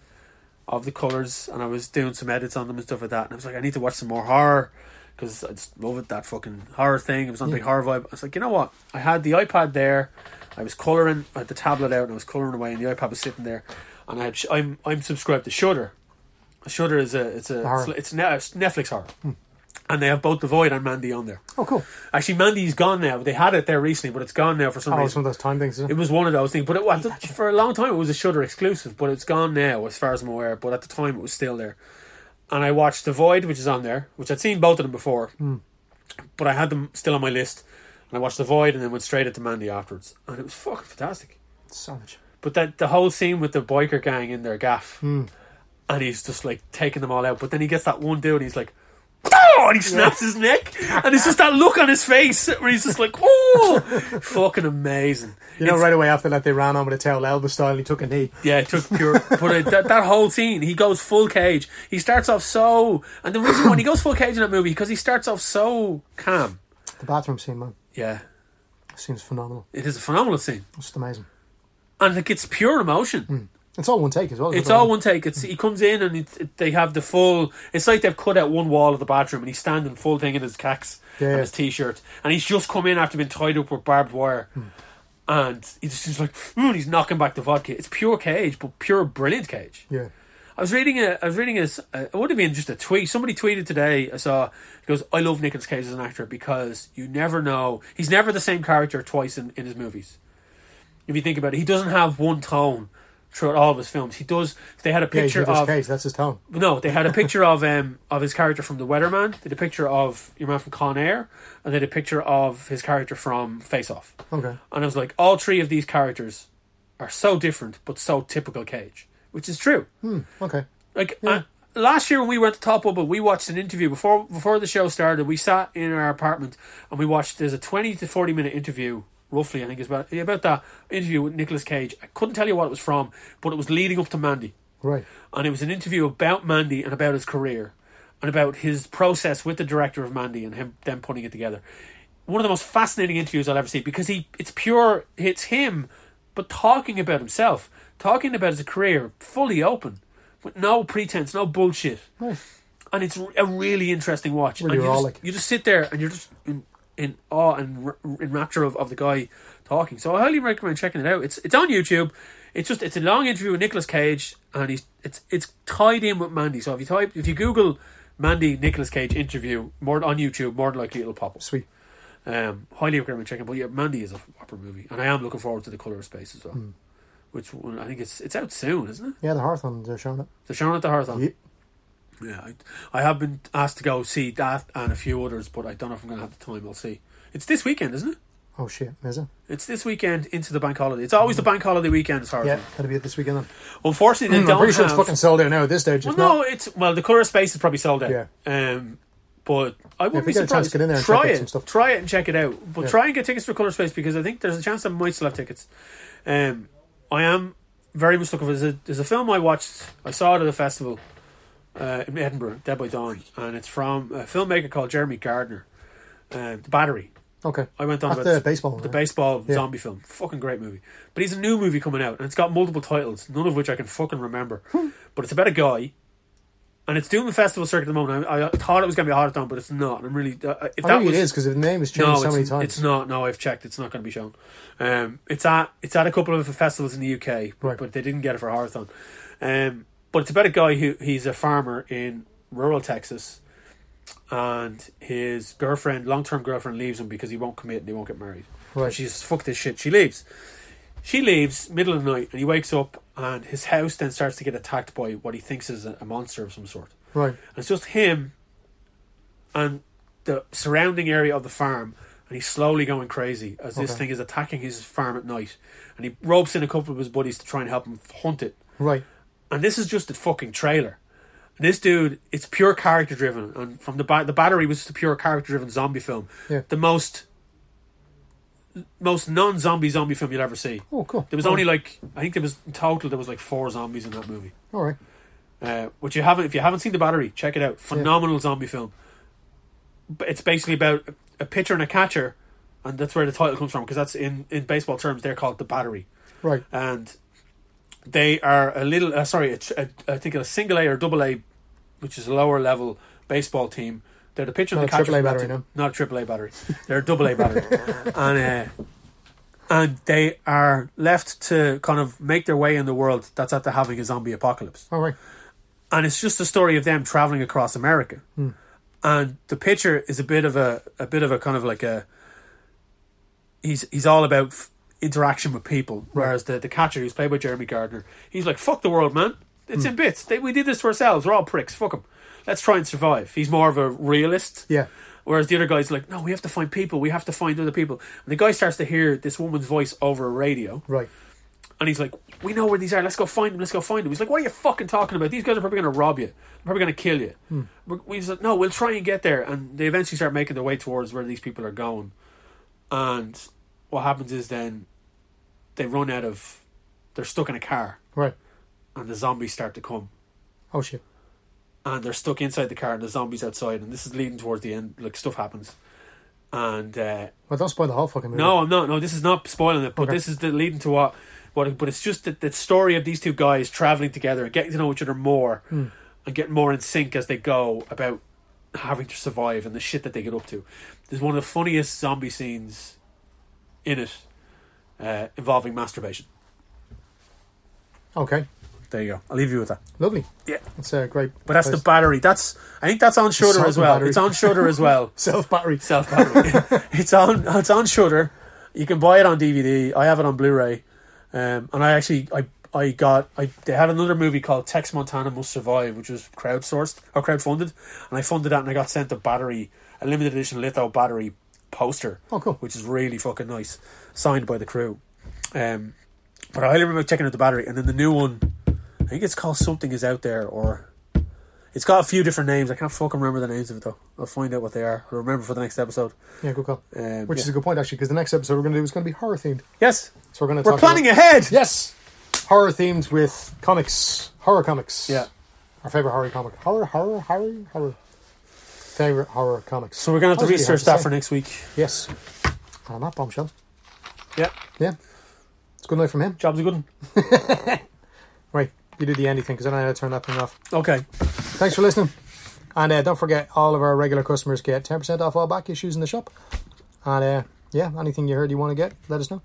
Speaker 2: of the colors, and I was doing some edits on them and stuff like that. And I was like, I need to watch some more horror because I just love it that fucking horror thing. It was on a big horror vibe. I was like, you know what? I had the iPad there. I was coloring. I had the tablet out, and I was coloring away, and the iPad was sitting there. And I had, I'm I'm subscribed to Shudder. Shudder is a it's a
Speaker 1: Horror. Hmm.
Speaker 2: it's, ne- it's Netflix horror, and they have both The Void and Mandy on there.
Speaker 1: Oh, cool.
Speaker 2: Actually, Mandy's gone now. They had it there recently, but it's gone now for some
Speaker 1: Oh, it's
Speaker 2: reason.
Speaker 1: one of those time things. Isn't
Speaker 2: It
Speaker 1: it?
Speaker 2: was one of those things, but it, at the- for a long time it was a Shutter exclusive, but it's gone now, as far as I'm aware. But at the time, it was still there. And I watched The Void, which is on there, which I'd seen both of them before,
Speaker 1: Hmm.
Speaker 2: but I had them still on my list. And I watched The Void, and then went straight into Mandy afterwards, and it was fucking fantastic.
Speaker 1: So much.
Speaker 2: But that the whole scene with the biker gang in their gaff,
Speaker 1: Hmm.
Speaker 2: and he's just like taking them all out. But then he gets that one dude, and he's like, "Oh!" and he snaps his neck, and it's just that look on his face where he's just like, "Oh!" fucking amazing.
Speaker 1: You know,
Speaker 2: It's-
Speaker 1: right away after that, they ran on with a towel, Elvis style, and he took a knee.
Speaker 2: yeah, it took pure. but it, that, that whole scene, he goes full cage. He starts off so, and the reason when he goes full cage in that movie because he starts off so calm.
Speaker 1: The bathroom scene, man,
Speaker 2: Yeah,
Speaker 1: seems phenomenal.
Speaker 2: it is a phenomenal scene,
Speaker 1: It's just amazing.
Speaker 2: and like it's pure emotion.
Speaker 1: It's all one take as well.
Speaker 2: It's all one take. It's he comes in and it, it- they have the full. It's like they've cut out one wall of the bathroom and he's standing full thing in his cax
Speaker 1: Yeah.
Speaker 2: and his t-shirt, and he's just come in after being tied up with barbed wire,
Speaker 1: Hmm.
Speaker 2: and he's just he's like "Mm," he's knocking back the vodka. It's pure cage, but pure brilliant cage.
Speaker 1: Yeah.
Speaker 2: I was reading a. I was reading a. s- uh, It would have been just a tweet. Somebody tweeted today. I saw. He goes, "I love Nicolas Cage as an actor because you never know. He's never the same character twice in, in his movies. If you think about it, he doesn't have one tone throughout all of his films. He does. They had a
Speaker 1: Yeah, he's
Speaker 2: picture
Speaker 1: Nicolas
Speaker 2: of
Speaker 1: Cage, that's his tone.
Speaker 2: no. They had a picture of um of his character from The Weatherman. They had a picture of your man from Con Air, and they had a picture of his character from Face Off.
Speaker 1: Okay.
Speaker 2: And I was like, all three of these characters are so different, but so typical Cage, which is true.
Speaker 1: Okay.
Speaker 2: Like uh, last year when we went to Top Bubble, we watched an interview before before the show started. We sat in our apartment and we watched. There's a twenty to forty minute interview, roughly. I think it's about yeah, about that interview with Nicolas Cage. I couldn't tell you what it was from, but it was leading up to Mandy,
Speaker 1: Right.
Speaker 2: and it was an interview about Mandy and about his career and about his process with the director of Mandy and him them putting it together. One of the most fascinating interviews I'll ever see because he it's pure it's him, but talking about himself, talking about his career, fully open, with no pretense, no bullshit
Speaker 1: Nice.
Speaker 2: and it's a really interesting watch.
Speaker 1: Really
Speaker 2: and you,
Speaker 1: rollick.
Speaker 2: just, you just sit there and you're just in, in awe and r- in rapture of, of the guy talking. So I highly recommend checking it out. It's it's on YouTube. It's just it's a long interview with Nicolas Cage, and he's it's it's tied in with Mandy. So if you type if you Google Mandy Nicolas Cage interview more on YouTube, more than likely it'll pop up.
Speaker 1: Sweet.
Speaker 2: Um, highly recommend checking. But yeah, Mandy is a proper movie, and I am looking forward to the Color of Space as well. Which one, I think it's it's out soon, isn't it?
Speaker 1: Yeah, the Hawthorne, they're showing it.
Speaker 2: They're showing it at the Horizon.
Speaker 1: Yep.
Speaker 2: Yeah, I, I have been asked to go see that and a few others, but I don't know if I'm going to have the time. I'll see. It's this weekend, isn't it?
Speaker 1: Oh, shit. Is it?
Speaker 2: It's this weekend into the bank holiday. It's always the bank holiday weekend. It's hard.
Speaker 1: Yeah, that'll be it this weekend then.
Speaker 2: Unfortunately, they
Speaker 1: I'm
Speaker 2: don't
Speaker 1: pretty
Speaker 2: have.
Speaker 1: sure it's fucking sold out now at this stage.
Speaker 2: well,
Speaker 1: If
Speaker 2: no,
Speaker 1: not,
Speaker 2: it's well. The color of space is probably sold out.
Speaker 1: Yeah.
Speaker 2: Um, but I
Speaker 1: if
Speaker 2: wouldn't
Speaker 1: we
Speaker 2: be
Speaker 1: get a chance,
Speaker 2: surprised.
Speaker 1: get in there and
Speaker 2: try
Speaker 1: check out
Speaker 2: it.
Speaker 1: some stuff.
Speaker 2: Try it and check it out. But
Speaker 1: Yeah.
Speaker 2: try and get tickets for color of space because I think there's a chance I might still have tickets. Um, I am very much looking for. There's a, there's a film I watched. I saw it at a festival. uh, in Edinburgh, Dead by Dawn, and it's from a filmmaker called Jeremy Gardner. Uh, the Battery.
Speaker 1: okay.
Speaker 2: I went on
Speaker 1: That's
Speaker 2: about
Speaker 1: the
Speaker 2: this-
Speaker 1: baseball one,
Speaker 2: the
Speaker 1: right?
Speaker 2: baseball
Speaker 1: Yeah.
Speaker 2: zombie film. Fucking great movie. But he's a new movie coming out, and it's got multiple titles, none of which I can fucking remember.
Speaker 1: Hmm.
Speaker 2: but it's about a guy, and it's doing the festival circuit at the moment. I, I thought it was going to be a hot down, but it's not. And I'm really uh, if
Speaker 1: I
Speaker 2: that
Speaker 1: think
Speaker 2: was
Speaker 1: it is because the name has changed
Speaker 2: no,
Speaker 1: so
Speaker 2: it's,
Speaker 1: many times.
Speaker 2: it's not. No, I've checked. It's not going to be shown. Um, it's at it's at a couple of festivals in the UK, but,
Speaker 1: Right.
Speaker 2: but they didn't get it for Hawthorne. Um, but it's about a guy who he's a farmer in rural Texas, and his girlfriend, long term girlfriend, leaves him because he won't commit and they won't get married.
Speaker 1: Right.
Speaker 2: And she's fuck this shit. She leaves. She leaves middle of the night, and he wakes up, and his house then starts to get attacked by what he thinks is a, a monster of some sort.
Speaker 1: Right.
Speaker 2: And it's just him and the surrounding area of the farm. And he's slowly going crazy as this
Speaker 1: Okay.
Speaker 2: thing is attacking his farm at night. And he ropes in a couple of his buddies to try and help him hunt it.
Speaker 1: Right.
Speaker 2: And this is just a fucking trailer. And this dude, it's pure character driven. And from the ba- the battery was just a pure character driven zombie film.
Speaker 1: Yeah.
Speaker 2: The most most non zombie zombie film you'll ever see.
Speaker 1: Oh, cool.
Speaker 2: There was
Speaker 1: All
Speaker 2: only like I think there was in total there was like four zombies in that movie.
Speaker 1: right. All right.
Speaker 2: Uh, which you haven't if you haven't seen the battery check it out phenomenal zombie film but it's basically about a pitcher and a catcher and that's where the title comes from because that's in in baseball terms they're called the battery
Speaker 1: Right.
Speaker 2: and they are a little uh, sorry a, tr- a, I think a single A or double A which is a lower level baseball team they're the pitcher
Speaker 1: Not
Speaker 2: and
Speaker 1: a
Speaker 2: the catcher
Speaker 1: AAA
Speaker 2: from that
Speaker 1: battery,
Speaker 2: team.
Speaker 1: no.
Speaker 2: not a triple A battery they're a double A battery and uh, and they are left to kind of make their way in the world that's after having a zombie apocalypse
Speaker 1: All right.
Speaker 2: and it's just a story of them traveling across America. And the pitcher is a bit of a a bit of a kind of like a he's he's all about f- interaction with people, whereas the the catcher who's played by Jeremy Gardner, he's like fuck the world, man. It's in bits. They, we did this to ourselves. We're all pricks. Fuck them. Let's try and survive. He's more of a realist.
Speaker 1: Yeah.
Speaker 2: Whereas the other guy's like, no, we have to find people. We have to find other people. And the guy starts to hear this woman's voice over a radio.
Speaker 1: Right.
Speaker 2: And he's like, "We know where these are. Let's go find them. Let's go find them." He's like, "What are you fucking talking about? These guys are probably going to rob you. They're probably going to kill you." We we- He's like, "No, we'll try and get there." And they eventually start making their way towards where these people are going. And what happens is then they run out of. They're stuck in a car,
Speaker 1: Right.
Speaker 2: and the zombies start to come,
Speaker 1: Oh shit.
Speaker 2: and they're stuck inside the car, and the zombies outside, and this is leading towards the end. Like stuff happens, and uh,
Speaker 1: Well, don't spoil the whole fucking movie.
Speaker 2: no, I'm not. No, this is not spoiling it, but this is the leading to what. What, but it's just that the story of these two guys traveling together and getting to know each other more and getting more in sync as they go about having to survive and the shit that they get up to. There's one of the funniest zombie scenes in it uh, involving masturbation.
Speaker 1: Okay.
Speaker 2: There you go. I'll leave you with that.
Speaker 1: Lovely.
Speaker 2: Yeah.
Speaker 1: It's a great.
Speaker 2: But that's the battery. That's I think that's on Shudder
Speaker 1: Assault
Speaker 2: as well.
Speaker 1: battery.
Speaker 2: It's on Shudder as well.
Speaker 1: self battery.
Speaker 2: Self battery. it's on it's on Shudder. You can buy it on DVD. I have it on Blu-ray, um, and I actually I I got I they had another movie called Tex Montana Must Survive, which was crowdsourced or crowdfunded, and I funded that, and I got sent a battery, a limited edition litho battery poster.
Speaker 1: Oh, cool.
Speaker 2: Which is really fucking nice, signed by the crew. Um, but I highly remember checking out the battery, and then the new one. I think it's called something is out there, or it's got a few different names. I can't fucking remember the names of it though. I'll find out what they are. I'll remember for the next episode.
Speaker 1: Yeah, good call.
Speaker 2: Um,
Speaker 1: Which
Speaker 2: yeah.
Speaker 1: is a good point actually, because the next episode we're going to do is going to be horror themed.
Speaker 2: yes,
Speaker 1: So we're going to.
Speaker 2: we're
Speaker 1: talk
Speaker 2: planning
Speaker 1: about,
Speaker 2: ahead.
Speaker 1: Yes, horror themed with comics, horror comics.
Speaker 2: Yeah.
Speaker 1: Our favorite horror comic, horror, horror, horror, horror. Favorite horror comics.
Speaker 2: So we're gonna have to
Speaker 1: That's really
Speaker 2: research
Speaker 1: hard
Speaker 2: that
Speaker 1: to
Speaker 2: for next week.
Speaker 1: say. Yes. And on that bombshell,
Speaker 2: Yeah,
Speaker 1: yeah, it's good night from him.
Speaker 2: job's a good one.
Speaker 1: Right, you do the Andy thing because I know how to turn that thing off.
Speaker 2: Okay,
Speaker 1: Thanks for listening. And uh, don't forget, all of our regular customers get 10% off all back issues in the shop. And uh, yeah, anything you heard you want to get, let us know.